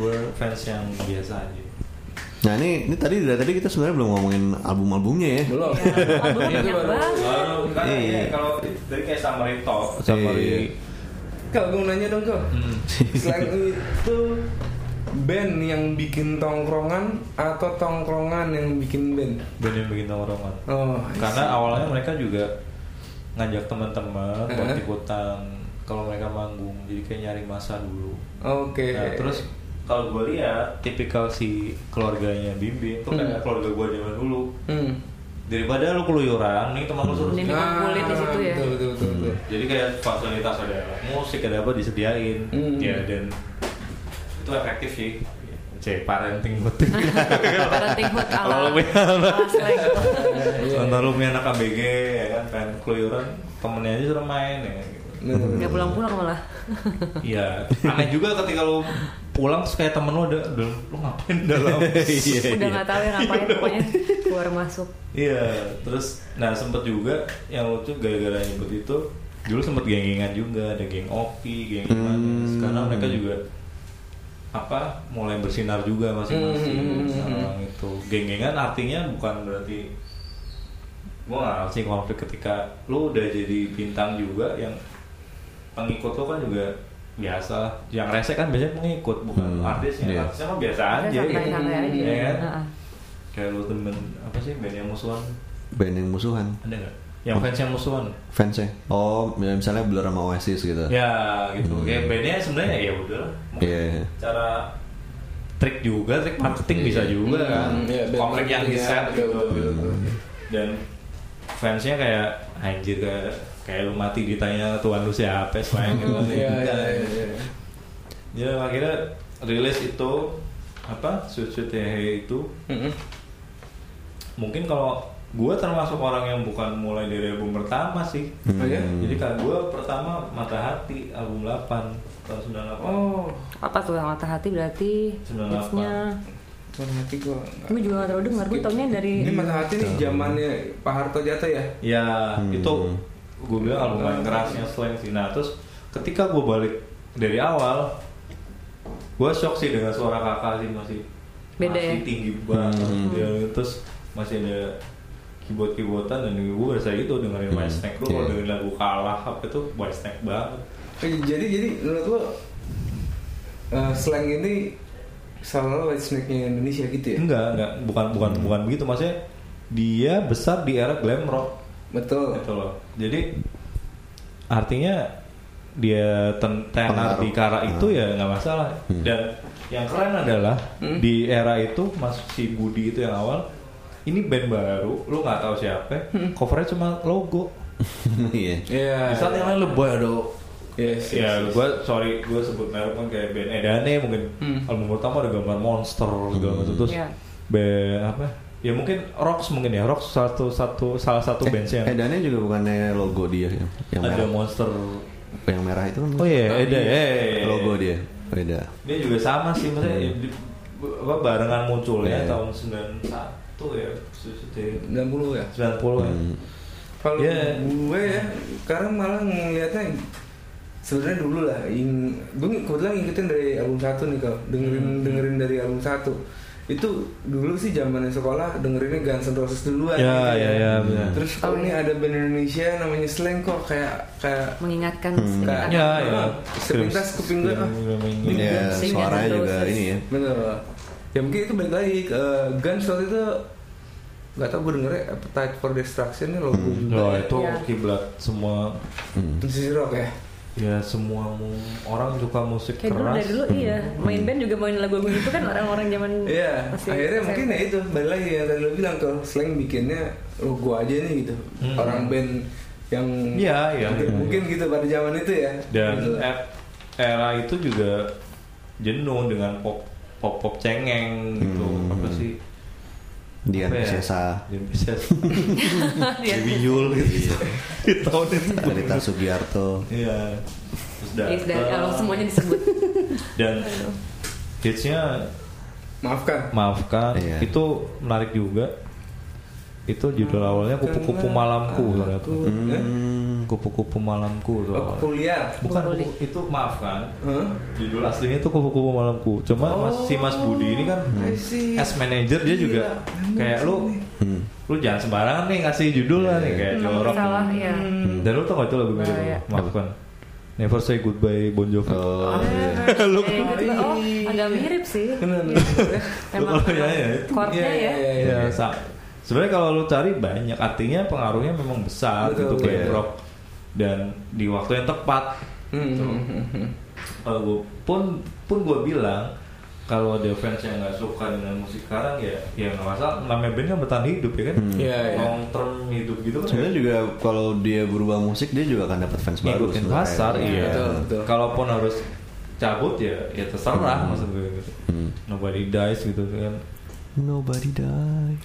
Speaker 7: Gue fans yang biasa aja.
Speaker 3: Nah ini, ini tadi dari tadi kita sebenarnya belum ngomongin album-albumnya ya.
Speaker 5: Belum. Iya,
Speaker 6: Ya, albumnya
Speaker 5: Itu
Speaker 6: banyak
Speaker 5: baru.
Speaker 6: banget.
Speaker 7: Kalau kan
Speaker 3: Iya.
Speaker 7: ya, kalau dari kayak summary top,
Speaker 3: Iya.
Speaker 7: summary Hmm.
Speaker 5: Kau gue mau nanya dong kau. Slang itu band yang bikin tongkrongan atau tongkrongan yang bikin band?
Speaker 7: band yang bikin tongkrongan.
Speaker 5: Oh,
Speaker 7: Karena awalnya mereka juga ngajak teman-teman buat
Speaker 5: Eh.
Speaker 7: ikutan kalau mereka manggung, jadi kayak nyari masa dulu.
Speaker 5: Oke.
Speaker 7: Nah, terus kalau gue lihat tipikal si keluarganya Bimbi itu kayak
Speaker 5: Hmm.
Speaker 7: keluarga gue zaman dulu.
Speaker 5: Hmm. Ah,
Speaker 7: Daripada lu keluyuran, nih teman lu suruh
Speaker 6: Mending
Speaker 7: sini.
Speaker 6: dikumpulin di situ ya.
Speaker 5: Betul betul betul. betul.
Speaker 7: Jadi kayak fasilitas ada musik ada apa disediain,
Speaker 5: Hmm.
Speaker 7: ya dan itu efektif sih. C parenting buat
Speaker 6: Parenting hood ala
Speaker 7: Iya. Kalau lu punya
Speaker 6: ala slang.
Speaker 5: Iya,
Speaker 7: Nonton lu punya anak ABG ya kan pengen keluyuran temennya aja suruh main ya gitu.
Speaker 5: Bener, bener.
Speaker 6: Gak pulang-pulang malah.
Speaker 7: Iya, aneh juga ketika lu pulang terus kayak temen lu ada dalam lu ngapain dalam.
Speaker 6: Udah nggak tahu ya ngapain pokoknya keluar masuk.
Speaker 7: Iya, terus nah sempet juga yang lucu gara-gara nyebut itu dulu sempet gengingan juga ada geng Opi, geng Iman.
Speaker 3: Hmm.
Speaker 7: Sekarang mereka juga apa mulai bersinar juga masing-masing
Speaker 5: Hmm.
Speaker 7: sekarang itu geng-gengan artinya bukan berarti gua nggak ngerti konflik ketika lu udah jadi bintang juga yang pengikut lu kan juga biasa lah. yang rese kan biasanya pengikut bukan
Speaker 3: Hmm.
Speaker 7: artisnya
Speaker 3: Iya.
Speaker 7: artisnya mah biasa
Speaker 6: Saya
Speaker 7: aja gitu.
Speaker 6: santai-santai aja.
Speaker 7: Iya kan?
Speaker 6: Heeh.
Speaker 7: kayak lu temen apa sih band yang musuhan
Speaker 3: Band yang musuhan.
Speaker 7: ada nggak yang fansnya musuhan
Speaker 3: fansnya oh ya misalnya Blur sama Oasis gitu
Speaker 7: ya gitu
Speaker 3: Hmm.
Speaker 7: ya bandnya sebenarnya ya udah lah. Mungkin
Speaker 3: Iya, iya.
Speaker 7: cara trik juga trik marketing bisa juga kan
Speaker 5: Iya. Hmm, iya, biar
Speaker 7: komplek yang di set
Speaker 5: marketingnya,
Speaker 7: gitu
Speaker 5: betul, betul, betul.
Speaker 7: dan fansnya kayak anjir kayak kayak lu mati ditanya tuan lu siapa selain gitu
Speaker 5: Iya, iya, iya, iya.
Speaker 7: ya akhirnya rilis itu apa Sweet Sweet Hehe itu
Speaker 5: Mm-mm.
Speaker 7: mungkin kalau gue termasuk orang yang bukan mulai dari album pertama sih
Speaker 5: Oh, iya?
Speaker 3: Hmm.
Speaker 7: jadi kan gue pertama Mata Hati album 8 tahun 98
Speaker 5: Oh,
Speaker 6: Apa tuh yang mata hati berarti
Speaker 7: 98.
Speaker 6: hitsnya
Speaker 5: Tuan hati gua.
Speaker 6: Gue juga gak terlalu dengar, gue taunya dari
Speaker 5: Ini mata hati nih zamannya Pak Harto jatuh ya.
Speaker 7: ya
Speaker 3: Hmm.
Speaker 7: itu gue bilang album paling kerasnya Slang sih nah terus ketika gue balik dari awal gue shock sih dengan suara kakak sih masih
Speaker 6: Beda
Speaker 7: masih
Speaker 6: ya?
Speaker 7: tinggi banget
Speaker 3: Hmm.
Speaker 7: dia terus masih ada keyboard keyboardan dan gue rasa gitu dengerin
Speaker 3: Hmm.
Speaker 7: White Snake lu kalau
Speaker 3: Iya.
Speaker 7: dengerin lagu kalah apa itu White Snake banget
Speaker 5: Eh, Jadi jadi menurut lo eh, slang ini salah white snake nya Indonesia
Speaker 3: Iya.
Speaker 5: gitu ya?
Speaker 7: enggak enggak bukan bukan
Speaker 3: Hmm.
Speaker 7: bukan begitu maksudnya dia besar di era glam rock
Speaker 5: Betul.
Speaker 7: gitu loh jadi artinya dia ten- tenar
Speaker 3: Pengaruh.
Speaker 7: di kara itu ya nggak masalah
Speaker 3: Hmm.
Speaker 7: dan yang keren adalah
Speaker 5: Hmm.
Speaker 7: di era itu mas si Budi itu yang awal ini band baru lu nggak tahu siapa covernya cuma logo
Speaker 3: iya
Speaker 5: Iya.
Speaker 7: di saat yang lain lebay ada
Speaker 5: Yes,
Speaker 7: ya
Speaker 5: yes, yes.
Speaker 7: gue sorry gue sebut merek kan kayak band Edane mungkin
Speaker 5: Hmm.
Speaker 7: album pertama ada gambar monster segala
Speaker 3: Hmm.
Speaker 7: macam terus
Speaker 6: Iya.
Speaker 7: band apa ya mungkin Rocks mungkin ya Rocks satu satu salah satu bandnya yang
Speaker 3: Edannya juga bukannya logo dia yang, Eh, yang
Speaker 7: ada
Speaker 3: merah
Speaker 7: monster
Speaker 3: yang merah itu kan
Speaker 7: oh iya ada ya
Speaker 3: logo dia beda
Speaker 7: dia juga sama sih maksudnya ya, di- apa barengan munculnya
Speaker 3: Iya.
Speaker 7: tahun 91 ya Susu Teh.
Speaker 5: 90 ya.
Speaker 7: 90 ya
Speaker 3: Hmm.
Speaker 5: Kalau
Speaker 7: Iya.
Speaker 5: gue ya, sekarang malah ngeliatnya sebenarnya dulu lah. In, gue kebetulan ngikutin dari album satu nih kalau dengerin
Speaker 7: Hmm.
Speaker 5: dengerin dari album satu itu dulu sih zamannya sekolah dengerinnya Guns N' Roses duluan.
Speaker 7: Ya,
Speaker 5: gitu
Speaker 7: ya, ya, benar.
Speaker 5: Terus kalau ini ada band Indonesia namanya Slang kok kayak kayak
Speaker 6: mengingatkan
Speaker 5: Kayak-
Speaker 6: sekitar
Speaker 7: ya ya
Speaker 5: Ah, sepintas ke pinggang, ah.
Speaker 3: Iya,
Speaker 6: Sing
Speaker 3: suaranya
Speaker 6: Guns N'
Speaker 3: juga
Speaker 6: Roses.
Speaker 3: ini
Speaker 7: Iya.
Speaker 3: ya
Speaker 5: Bener lah. Ya mungkin itu balik lagi ke uh, Guns waktu itu Gak tau gue dengernya Appetite for Destruction nya logo juga
Speaker 7: Loh, itu
Speaker 6: Iya.
Speaker 7: kiblat semua
Speaker 3: Hmm.
Speaker 5: Sisi rock ya
Speaker 7: ya semua mu- orang suka musik
Speaker 6: Kayak dulu
Speaker 7: keras
Speaker 6: dari dulu iya, main band juga main lagu-lagu itu kan orang-orang zaman
Speaker 5: Hmm. Iya
Speaker 6: masih Iya.
Speaker 5: Akhirnya
Speaker 6: SMP.
Speaker 5: mungkin ya itu Balik lagi yang tadi lo bilang kalau Slang bikinnya logo aja nih gitu
Speaker 7: Hmm.
Speaker 5: Orang band yang
Speaker 7: Iya, iya.
Speaker 5: mungkin, mungkin gitu pada zaman itu ya
Speaker 7: dan
Speaker 5: Gitu.
Speaker 7: e- era itu juga jenuh dengan pop pop pop cengeng gitu
Speaker 3: Hmm.
Speaker 7: apa sih
Speaker 3: Dian
Speaker 7: Apa ya?
Speaker 3: Piscesa
Speaker 7: Dian Pisces
Speaker 6: Iya.
Speaker 7: Dewi Yul gitu
Speaker 5: Iya.
Speaker 7: di tahun itu
Speaker 3: Rita Sugiarto
Speaker 7: iya terus
Speaker 6: Iya, dan
Speaker 7: datang.
Speaker 6: kalau semuanya disebut
Speaker 7: dan hitsnya
Speaker 5: Maafkan
Speaker 7: maafkan
Speaker 3: Iya.
Speaker 7: itu menarik juga itu judul awalnya ya, kupu-kupu malamku ternyata.
Speaker 5: Iya.
Speaker 3: Hmm.
Speaker 7: kupu-kupu malamku tuh awalnya.
Speaker 5: eh, Kuliah
Speaker 7: bukan
Speaker 6: Kupu-kupu.
Speaker 7: kupu- itu maafkan
Speaker 5: Hah?
Speaker 7: judul aslinya itu kupu-kupu malamku cuma mas, si mas Budi ini kan
Speaker 5: I see.
Speaker 7: as manager dia juga
Speaker 5: Gila, memang
Speaker 7: kayak lu
Speaker 3: Hmm.
Speaker 7: lu jangan sembarangan nih ngasih judul lah
Speaker 3: Iya,
Speaker 7: nih kayak jorok
Speaker 6: salah ya.
Speaker 5: Hmm.
Speaker 7: dan lu tau gak itu lagu
Speaker 6: Nah,
Speaker 7: mereka
Speaker 6: iya.
Speaker 7: maafkan Never Say Goodbye Bon Jovi
Speaker 6: Ah,
Speaker 3: Oh,
Speaker 5: Ah.
Speaker 3: iya.
Speaker 6: Lu oh, agak mirip sih.
Speaker 5: Bener,
Speaker 6: Iya.
Speaker 5: bener.
Speaker 6: Emang
Speaker 7: Kalau ya, ya, itu-
Speaker 6: chordnya
Speaker 5: Oh, Iya,
Speaker 6: ya.
Speaker 5: iya, iya.
Speaker 7: Ya, sa- sebenarnya kalau lu cari banyak artinya pengaruhnya memang besar
Speaker 5: Betul,
Speaker 7: gitu
Speaker 3: iya.
Speaker 7: kayak rock dan di waktu yang tepat
Speaker 5: Hmm.
Speaker 7: kalau gua- pun pun gue bilang kalau ada fans yang nggak suka dengan musik sekarang ya ya nggak masalah namanya band kan bertahan hidup ya kan
Speaker 3: Hmm.
Speaker 5: Iya, iya.
Speaker 7: long term hidup gitu kan
Speaker 3: Sebenarnya juga kalau dia berubah musik dia juga akan dapat fans baru
Speaker 7: ngikutin
Speaker 3: sebenarnya.
Speaker 7: pasar iya
Speaker 5: Betul, betul.
Speaker 7: kalaupun harus cabut ya ya terserah maksud gue gitu.
Speaker 3: Hmm.
Speaker 7: nobody dies gitu kan
Speaker 2: Nobody die.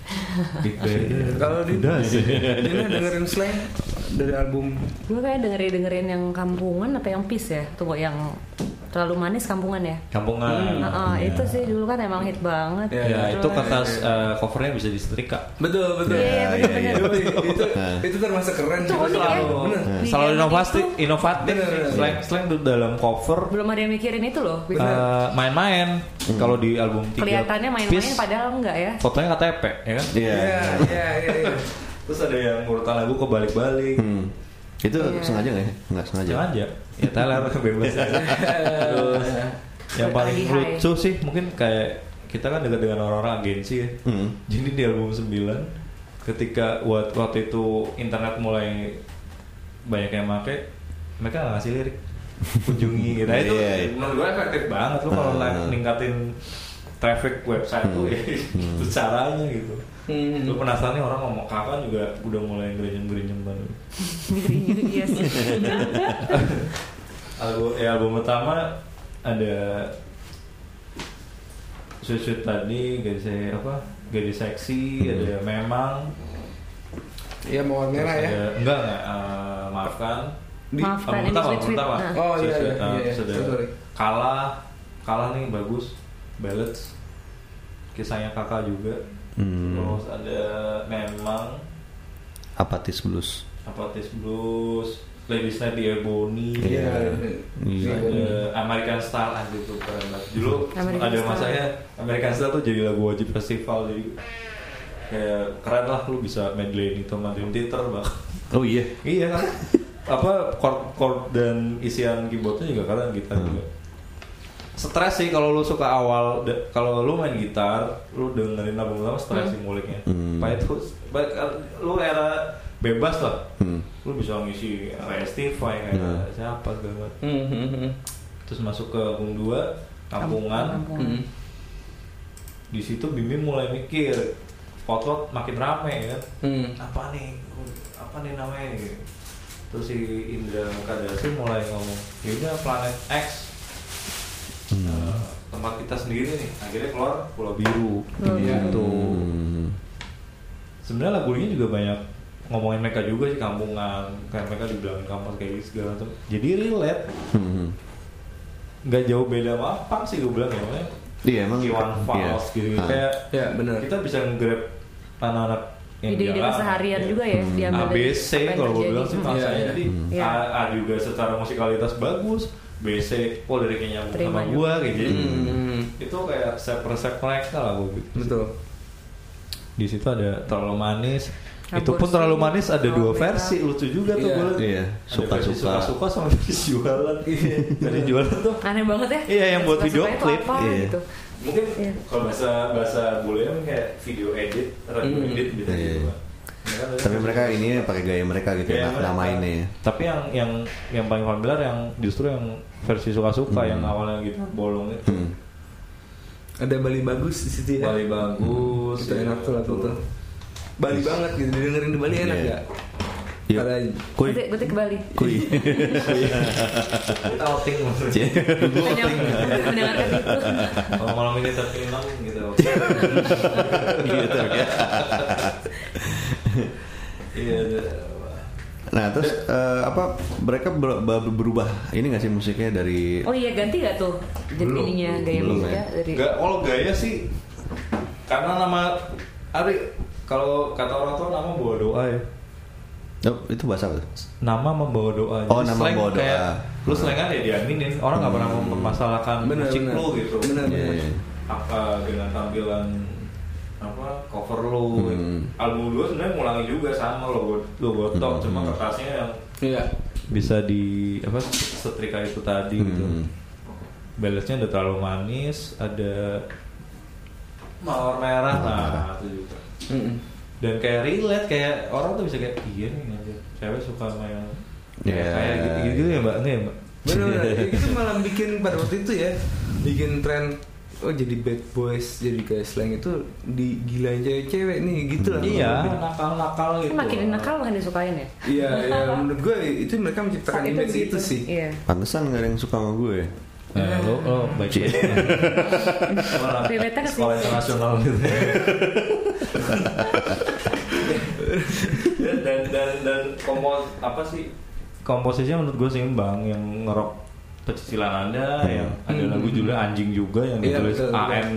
Speaker 7: Big Bang.
Speaker 5: Kalau di Dina dengerin slang dari album
Speaker 6: Gue kayak dengerin dengerin yang kampungan apa yang peace ya? Tuh kok yang terlalu manis kampungan ya.
Speaker 7: kampungan
Speaker 6: Nah,
Speaker 5: Hmm, uh-uh.
Speaker 6: ah, itu sih dulu kan emang hit banget.
Speaker 5: Iya,
Speaker 7: ya itu
Speaker 6: Terus-
Speaker 7: kertas eh, covernya bisa disetrika
Speaker 5: Betul betul.
Speaker 6: Iya,
Speaker 3: iya,
Speaker 6: bener-bener.
Speaker 5: Itu, itu, itu termasuk keren.
Speaker 6: Itu unik ya.
Speaker 7: selalu
Speaker 5: Iya, Bener.
Speaker 6: Di
Speaker 7: selalu
Speaker 6: zaman
Speaker 7: inovatif
Speaker 6: itu
Speaker 7: inovatif
Speaker 5: Bener, bener.
Speaker 7: slang slang tuh dalam cover
Speaker 6: Belum ada yang mikirin itu loh.
Speaker 7: eh, main-main kalau di album tiga
Speaker 6: Kelihatannya main-main
Speaker 7: piece,
Speaker 6: padahal enggak ya.
Speaker 7: fotonya KTP ya kan
Speaker 3: Iya.
Speaker 5: Iya iya iya. iya.
Speaker 7: terus ada yang urutan lagu kebalik-balik
Speaker 3: Hmm. Itu
Speaker 5: Iya.
Speaker 3: sengaja nggak ya? Nggak sengaja.
Speaker 7: jangan aja ya teler bebas terus
Speaker 5: Eh,
Speaker 7: yang paling
Speaker 6: Lagi high.
Speaker 7: lucu sih mungkin kayak kita kan dekat dengan orang-orang agensi ya
Speaker 3: Hmm.
Speaker 7: jadi di album 9 ketika buat waktu itu internet mulai banyak yang make mereka nggak ngasih lirik kunjungi gitu Nah, itu
Speaker 3: Iya, iya.
Speaker 7: menurut gue efektif banget lu kalau
Speaker 3: Ah.
Speaker 7: nang- ningkatin traffic website lu ya
Speaker 3: Hmm.
Speaker 7: itu caranya gitu
Speaker 5: Hmm.
Speaker 7: lu penasaran nih orang ngomong kapan juga udah mulai gerejem gerejem banget
Speaker 6: Iya sih.
Speaker 7: album ya album pertama ada Sweet tadi gadis apa gadis seksi
Speaker 3: Hmm.
Speaker 7: ada memang
Speaker 5: Iya mawar
Speaker 7: terus
Speaker 5: merah ya.
Speaker 7: ada, enggak enggak eh, maafkan
Speaker 5: Di-
Speaker 6: Maafkan
Speaker 7: Album
Speaker 6: ini
Speaker 7: pertama,
Speaker 6: sweet
Speaker 7: album
Speaker 6: sweet.
Speaker 7: pertama.
Speaker 6: Nah.
Speaker 5: Oh
Speaker 7: Sweet
Speaker 5: iya iya.
Speaker 7: Sweet,
Speaker 5: iya,
Speaker 7: terus ada
Speaker 5: iya. Sorry.
Speaker 7: kalah kalah nih bagus ballads kisahnya kakak juga
Speaker 3: Hmm.
Speaker 7: terus ada memang
Speaker 3: Apatis blues.
Speaker 7: apatis blues ladies night di ebony
Speaker 5: Iya.
Speaker 3: Iya.
Speaker 7: ada American Style aja itu keren banget. Dulu
Speaker 6: American
Speaker 7: ada
Speaker 6: Style.
Speaker 7: masanya American Style tuh jadi lagu wajib festival jadi kayak keren lah lu bisa medley itu sama Dream Theater bang.
Speaker 3: Oh iya.
Speaker 7: iya kan? apa chord chord dan isian keyboardnya juga keren gitar
Speaker 3: Hmm.
Speaker 7: juga. Stres sih kalau lu suka awal da- kalau lu main gitar, lu dengerin album pertama stres sih muliknya.
Speaker 3: Hmm.
Speaker 7: Pak itu ba- kan, lu era bebas lah.
Speaker 3: Hmm.
Speaker 7: Lu bisa ngisi Restify kayak
Speaker 3: Hmm.
Speaker 7: siapa segala macam
Speaker 5: Hmm, hmm, hmm.
Speaker 7: terus masuk ke album 2 kampungan
Speaker 6: Kampungan.
Speaker 5: Hmm.
Speaker 7: di situ Bimbing mulai mikir potlot makin rame ya kan
Speaker 5: Hmm.
Speaker 7: apa nih apa nih namanya gitu. terus si Indra Kadasi mulai ngomong yaudah planet X
Speaker 3: Nah.
Speaker 7: Eh, tempat kita sendiri nih akhirnya keluar Pulau Biru
Speaker 6: Pulau
Speaker 7: gitu
Speaker 3: Hmm.
Speaker 7: sebenarnya lagunya juga banyak ngomongin mereka juga sih kampungan kayak mereka dibilangin kampus kayak gitu segala macam jadi relate
Speaker 3: Hmm.
Speaker 7: nggak jauh beda sama apa sih gue bilang ya namanya
Speaker 3: Iya emang.
Speaker 7: Iwan Fals
Speaker 3: iya.
Speaker 7: gitu
Speaker 3: Ah.
Speaker 7: kayak
Speaker 5: Ya benar.
Speaker 7: kita bisa nge-grab anak-anak yang
Speaker 6: Ide-ide
Speaker 7: jalan.
Speaker 6: keseharian juga ya,
Speaker 3: Hmm.
Speaker 6: diambil dari
Speaker 7: ABC
Speaker 6: apa yang
Speaker 7: kalau gue
Speaker 6: terjadi.
Speaker 7: bilang sih
Speaker 6: Hmm.
Speaker 7: bahasanya
Speaker 5: Iya, iya.
Speaker 7: jadi
Speaker 6: Iya.
Speaker 7: A, A juga secara musikalitas bagus BC oh liriknya nyambung
Speaker 6: Terima
Speaker 7: sama
Speaker 6: juga.
Speaker 7: gue kayak gitu
Speaker 5: Hmm.
Speaker 7: itu kayak resep-resep mereka lah gue gitu
Speaker 5: Betul.
Speaker 7: di situ ada terlalu manis
Speaker 6: Aborsi,
Speaker 7: itu pun terlalu manis ada
Speaker 6: Rawa
Speaker 7: dua
Speaker 6: Merah.
Speaker 7: versi lucu juga tuh
Speaker 5: Iya.
Speaker 7: gue
Speaker 3: Iya,
Speaker 7: suka
Speaker 3: suka-suka.
Speaker 7: suka suka sama versi jualan dari jualan tuh
Speaker 6: Aneh banget ya.
Speaker 7: Iya, yang buat video
Speaker 6: Suka-suka itu
Speaker 7: clip.
Speaker 6: apa
Speaker 3: Iya.
Speaker 6: gitu.
Speaker 7: mungkin
Speaker 6: Iya.
Speaker 7: kalau bahasa bahasa boleh kayak video edit radio
Speaker 5: Hmm.
Speaker 7: edit gitu
Speaker 3: Iya.
Speaker 7: gitu, Pak. Ya kan,
Speaker 3: Tapi mereka ini pakai gaya mereka gitu
Speaker 5: Iya,
Speaker 3: ya,
Speaker 7: Kayak Iya, mereka.
Speaker 3: namainnya ya.
Speaker 7: tapi yang yang yang paling familiar yang justru yang versi suka-suka yang awalnya gitu bolong itu
Speaker 3: Hmm.
Speaker 5: Ada Bali bagus di situ ya.
Speaker 7: Bali bagus
Speaker 5: Itu
Speaker 7: ya,
Speaker 5: enak tuh lagu tuh. Bali banget gitu dengerin di Bali enak
Speaker 3: Iya.
Speaker 5: nggak?
Speaker 3: Yuk.
Speaker 5: Ada
Speaker 3: Kuy.
Speaker 6: Gue gue ke Bali.
Speaker 3: Kuy.
Speaker 7: kita outing maksudnya.
Speaker 3: Cie.
Speaker 6: Hanya mendengarkan itu.
Speaker 7: kalau malam ini tapi emang gitu
Speaker 3: Gitu, ya.
Speaker 7: iya ada-
Speaker 3: Nah terus eh, apa mereka ber- ber- berubah ini nggak sih musiknya dari
Speaker 6: Oh iya ganti gak tuh? Jadi
Speaker 7: Belum.
Speaker 6: ininya gaya
Speaker 3: Belum,
Speaker 6: musiknya
Speaker 3: ya.
Speaker 6: dari
Speaker 7: Gak, kalau gaya sih karena nama Ari kalau kata orang tua nama bawa doa ya
Speaker 3: Oh, itu bahasa apa? tuh?
Speaker 7: nama membawa doa
Speaker 3: Oh,
Speaker 7: Jadi
Speaker 3: nama
Speaker 7: slang
Speaker 3: membawa doa.
Speaker 7: kayak, lu
Speaker 3: Hmm.
Speaker 7: selengan ya diaminin orang nggak pernah mempermasalahkan
Speaker 5: Bener,
Speaker 7: musik
Speaker 5: bener.
Speaker 7: lu gitu
Speaker 5: Bener,
Speaker 3: Iya,
Speaker 5: bener.
Speaker 3: iya.
Speaker 7: apa dengan tampilan apa cover lu gitu.
Speaker 3: Hmm.
Speaker 7: album lu sebenarnya ngulangi juga sama logo logo top
Speaker 3: Hmm,
Speaker 7: cuma
Speaker 3: hmm.
Speaker 7: kertasnya yang
Speaker 5: Iya.
Speaker 7: bisa di apa setrika itu tadi gitu
Speaker 3: Hmm.
Speaker 7: balance-nya udah terlalu manis ada mawar merah
Speaker 3: Mawar merah.
Speaker 7: nah itu juga
Speaker 5: Mm-mm.
Speaker 7: dan kayak relate kayak orang tuh bisa kayak iya nih anjir cewek suka sama yang
Speaker 3: Iya.
Speaker 7: kayak gitu, gitu ya mbak nih ya mbak
Speaker 5: Bener bener. itu malah bikin pada waktu itu ya bikin tren oh jadi bad boys jadi kayak slang itu digilain cewek-cewek nih gitu lah.
Speaker 7: iya nakal-nakal gitu
Speaker 6: Kan makin nakal makin disukain ya.
Speaker 5: Iya, iya. Menurut gue itu mereka menciptakan
Speaker 6: Saat
Speaker 5: kan image
Speaker 6: gitu.
Speaker 5: itu sih.
Speaker 6: Iya.
Speaker 3: Pantesan nggak ada yang suka sama gue.
Speaker 7: Nah, lo, lo baik
Speaker 5: Iya.
Speaker 7: ya. Sekolah-
Speaker 6: Privatnya ke sini.
Speaker 7: Sekolah internasional gitu. dan dan dan, dan kompos apa sih? Komposisinya menurut gue seimbang yang ngerok pecicilan anda yang ada
Speaker 5: Hmm.
Speaker 7: lagu judulnya anjing juga yang
Speaker 5: Iya,
Speaker 7: ditulis
Speaker 5: betul, betul.
Speaker 7: AM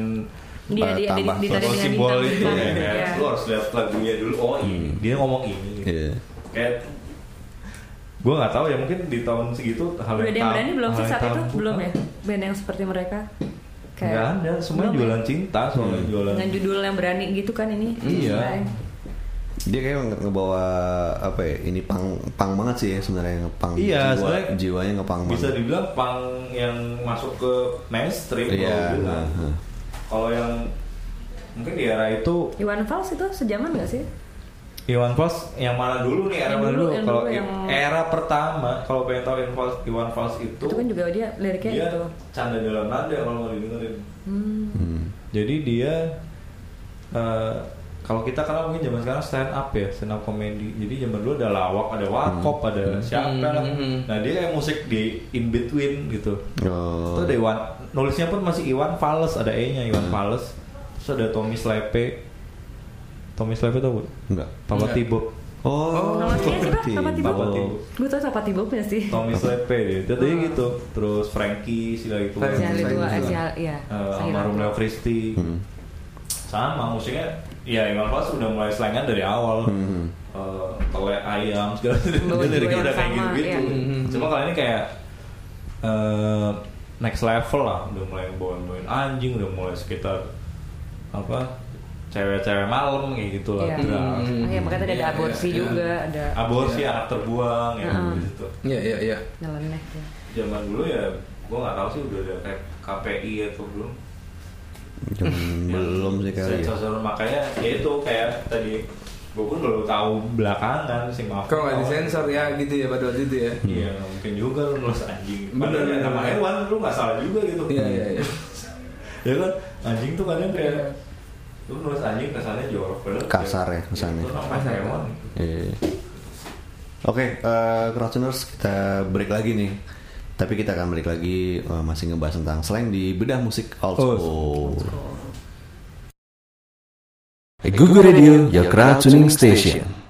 Speaker 6: Dia
Speaker 3: Eh,
Speaker 6: Iya, dia dia
Speaker 3: tambah
Speaker 6: ditarik
Speaker 7: atau
Speaker 6: dengan
Speaker 7: simbol
Speaker 6: bintang
Speaker 7: itu ya,
Speaker 6: bintang.
Speaker 7: kan?
Speaker 6: Iya.
Speaker 7: Lu harus lihat lagunya dulu oh
Speaker 5: Hmm.
Speaker 7: ini dia ngomong ini gitu.
Speaker 3: Iya.
Speaker 7: kayak gue nggak tahu ya mungkin di tahun segitu hal
Speaker 6: Udah ada yang
Speaker 7: tam-
Speaker 6: berani belum sih
Speaker 7: hal yang
Speaker 6: saat itu?
Speaker 7: tabu.
Speaker 6: Belum ya? Band yang seperti mereka?
Speaker 7: Nggak ada, semua
Speaker 6: belum ya?
Speaker 7: jualan cinta soalnya jualan.
Speaker 6: Dengan judul yang berani gitu kan ini?
Speaker 7: Iya.
Speaker 6: Selain.
Speaker 3: Dia kayak nge- ngebawa apa ya? Ini pang pang banget sih ya sebenarnya ngepang.
Speaker 7: Iya,
Speaker 3: jiwa,
Speaker 7: sebenarnya
Speaker 3: jiwanya ngepang
Speaker 7: Bisa
Speaker 3: banget.
Speaker 7: dibilang pang yang masuk ke mainstream
Speaker 3: Iya.
Speaker 7: kalau bilang.
Speaker 3: heeh.
Speaker 7: Kalau yang mungkin di era itu
Speaker 6: Iwan Fals itu sejaman gak sih?
Speaker 7: Iwan Fals yang mana dulu nih era
Speaker 6: Yang
Speaker 7: mana
Speaker 6: dulu,
Speaker 7: dulu?
Speaker 6: yang
Speaker 7: Kalau
Speaker 6: dulu, yang-
Speaker 7: era pertama, kalau pengen tahu Iwan Fals, Iwan Fals itu,
Speaker 6: itu kan juga gitu. dia liriknya
Speaker 7: dia
Speaker 6: itu
Speaker 7: canda dalam nada kalau mau didengerin.
Speaker 6: hmm.
Speaker 3: Hmm.
Speaker 7: Jadi dia eh, kalau kita kan mungkin zaman sekarang stand up ya, stand up comedy. Jadi zaman dulu ada lawak, ada wakop, ada siapa
Speaker 5: Hmm,
Speaker 7: lah.
Speaker 5: hmm.
Speaker 7: Nah dia kayak musik di in between gitu.
Speaker 3: Oh.
Speaker 7: Itu ada Iwan, nulisnya pun masih Iwan Fales, ada E-nya
Speaker 5: Hmm.
Speaker 7: Iwan Fales. Terus ada Tommy Slepe. Tommy Slepe tau bu?
Speaker 3: Enggak.
Speaker 7: Papa
Speaker 5: Enggak.
Speaker 7: Tibo.
Speaker 3: Oh,
Speaker 6: Nama dia siapa?
Speaker 3: Tibo.
Speaker 6: Nama Tibo?
Speaker 7: Papa Tibo.
Speaker 6: gue tau siapa tiboknya sih
Speaker 7: Tommy Slepe dia. Jadi gitu. Terus Frankie sila itu.
Speaker 5: Ah. Frankie
Speaker 6: si
Speaker 5: Saya
Speaker 6: Ali
Speaker 5: juga.
Speaker 6: dua si Ali ya
Speaker 7: Eh,
Speaker 6: Saya
Speaker 7: almarhum
Speaker 6: lupa.
Speaker 7: Leo Christie
Speaker 3: Hmm.
Speaker 7: sama musiknya ya Iwan Fals udah mulai slangan dari awal
Speaker 3: Hmm.
Speaker 7: Eh, telek ayam segala macam
Speaker 6: Bawa
Speaker 7: Dia liriknya
Speaker 6: jiwa yang
Speaker 7: udah kayak
Speaker 6: sama,
Speaker 7: gitu gitu
Speaker 6: iya.
Speaker 5: Hmm.
Speaker 7: cuma kali ini kayak eh, next level lah udah mulai bawain bawain anjing udah mulai sekitar apa cewek-cewek malam kayak gitu lah
Speaker 6: Iya.
Speaker 7: Drag.
Speaker 5: Hmm.
Speaker 6: Iya, makanya tadi ada
Speaker 5: Iya,
Speaker 6: aborsi
Speaker 5: iya, iya.
Speaker 6: juga ada
Speaker 7: aborsi anak terbuang ya
Speaker 6: Heeh.
Speaker 7: gitu
Speaker 5: Iya iya iya.
Speaker 6: nyeleneh ya.
Speaker 7: zaman dulu ya gue nggak tahu sih udah ada kayak KPI atau belum
Speaker 3: Jangan- belum sih kali
Speaker 5: Iya.
Speaker 3: ya.
Speaker 7: Sensor-sensor, makanya ya itu kayak tadi gue pun baru tahu belakangan sih maaf.
Speaker 5: Kok nggak disensor ya gitu ya pada waktu itu ya?
Speaker 7: Iya nggak mungkin juga lu nulis anjing.
Speaker 5: Bener,
Speaker 7: Padahal ya
Speaker 5: bener,
Speaker 7: nama
Speaker 5: bener.
Speaker 7: hewan lu nggak salah juga gitu.
Speaker 5: Iya iya iya.
Speaker 7: Ya kan anjing tuh kadang kayak
Speaker 5: Iya.
Speaker 7: lu nulis anjing kesannya jorok padahal
Speaker 3: Kasar ya
Speaker 7: kayak-
Speaker 3: kesannya.
Speaker 7: Itu nama hewan.
Speaker 3: Iya. Oke, eh Crowdtuners, kita break lagi nih. Tapi kita akan balik lagi eh, masih ngebahas tentang slang di bedah musik old
Speaker 7: Oh.
Speaker 3: school.
Speaker 2: Google Radio, your crowd tuning station.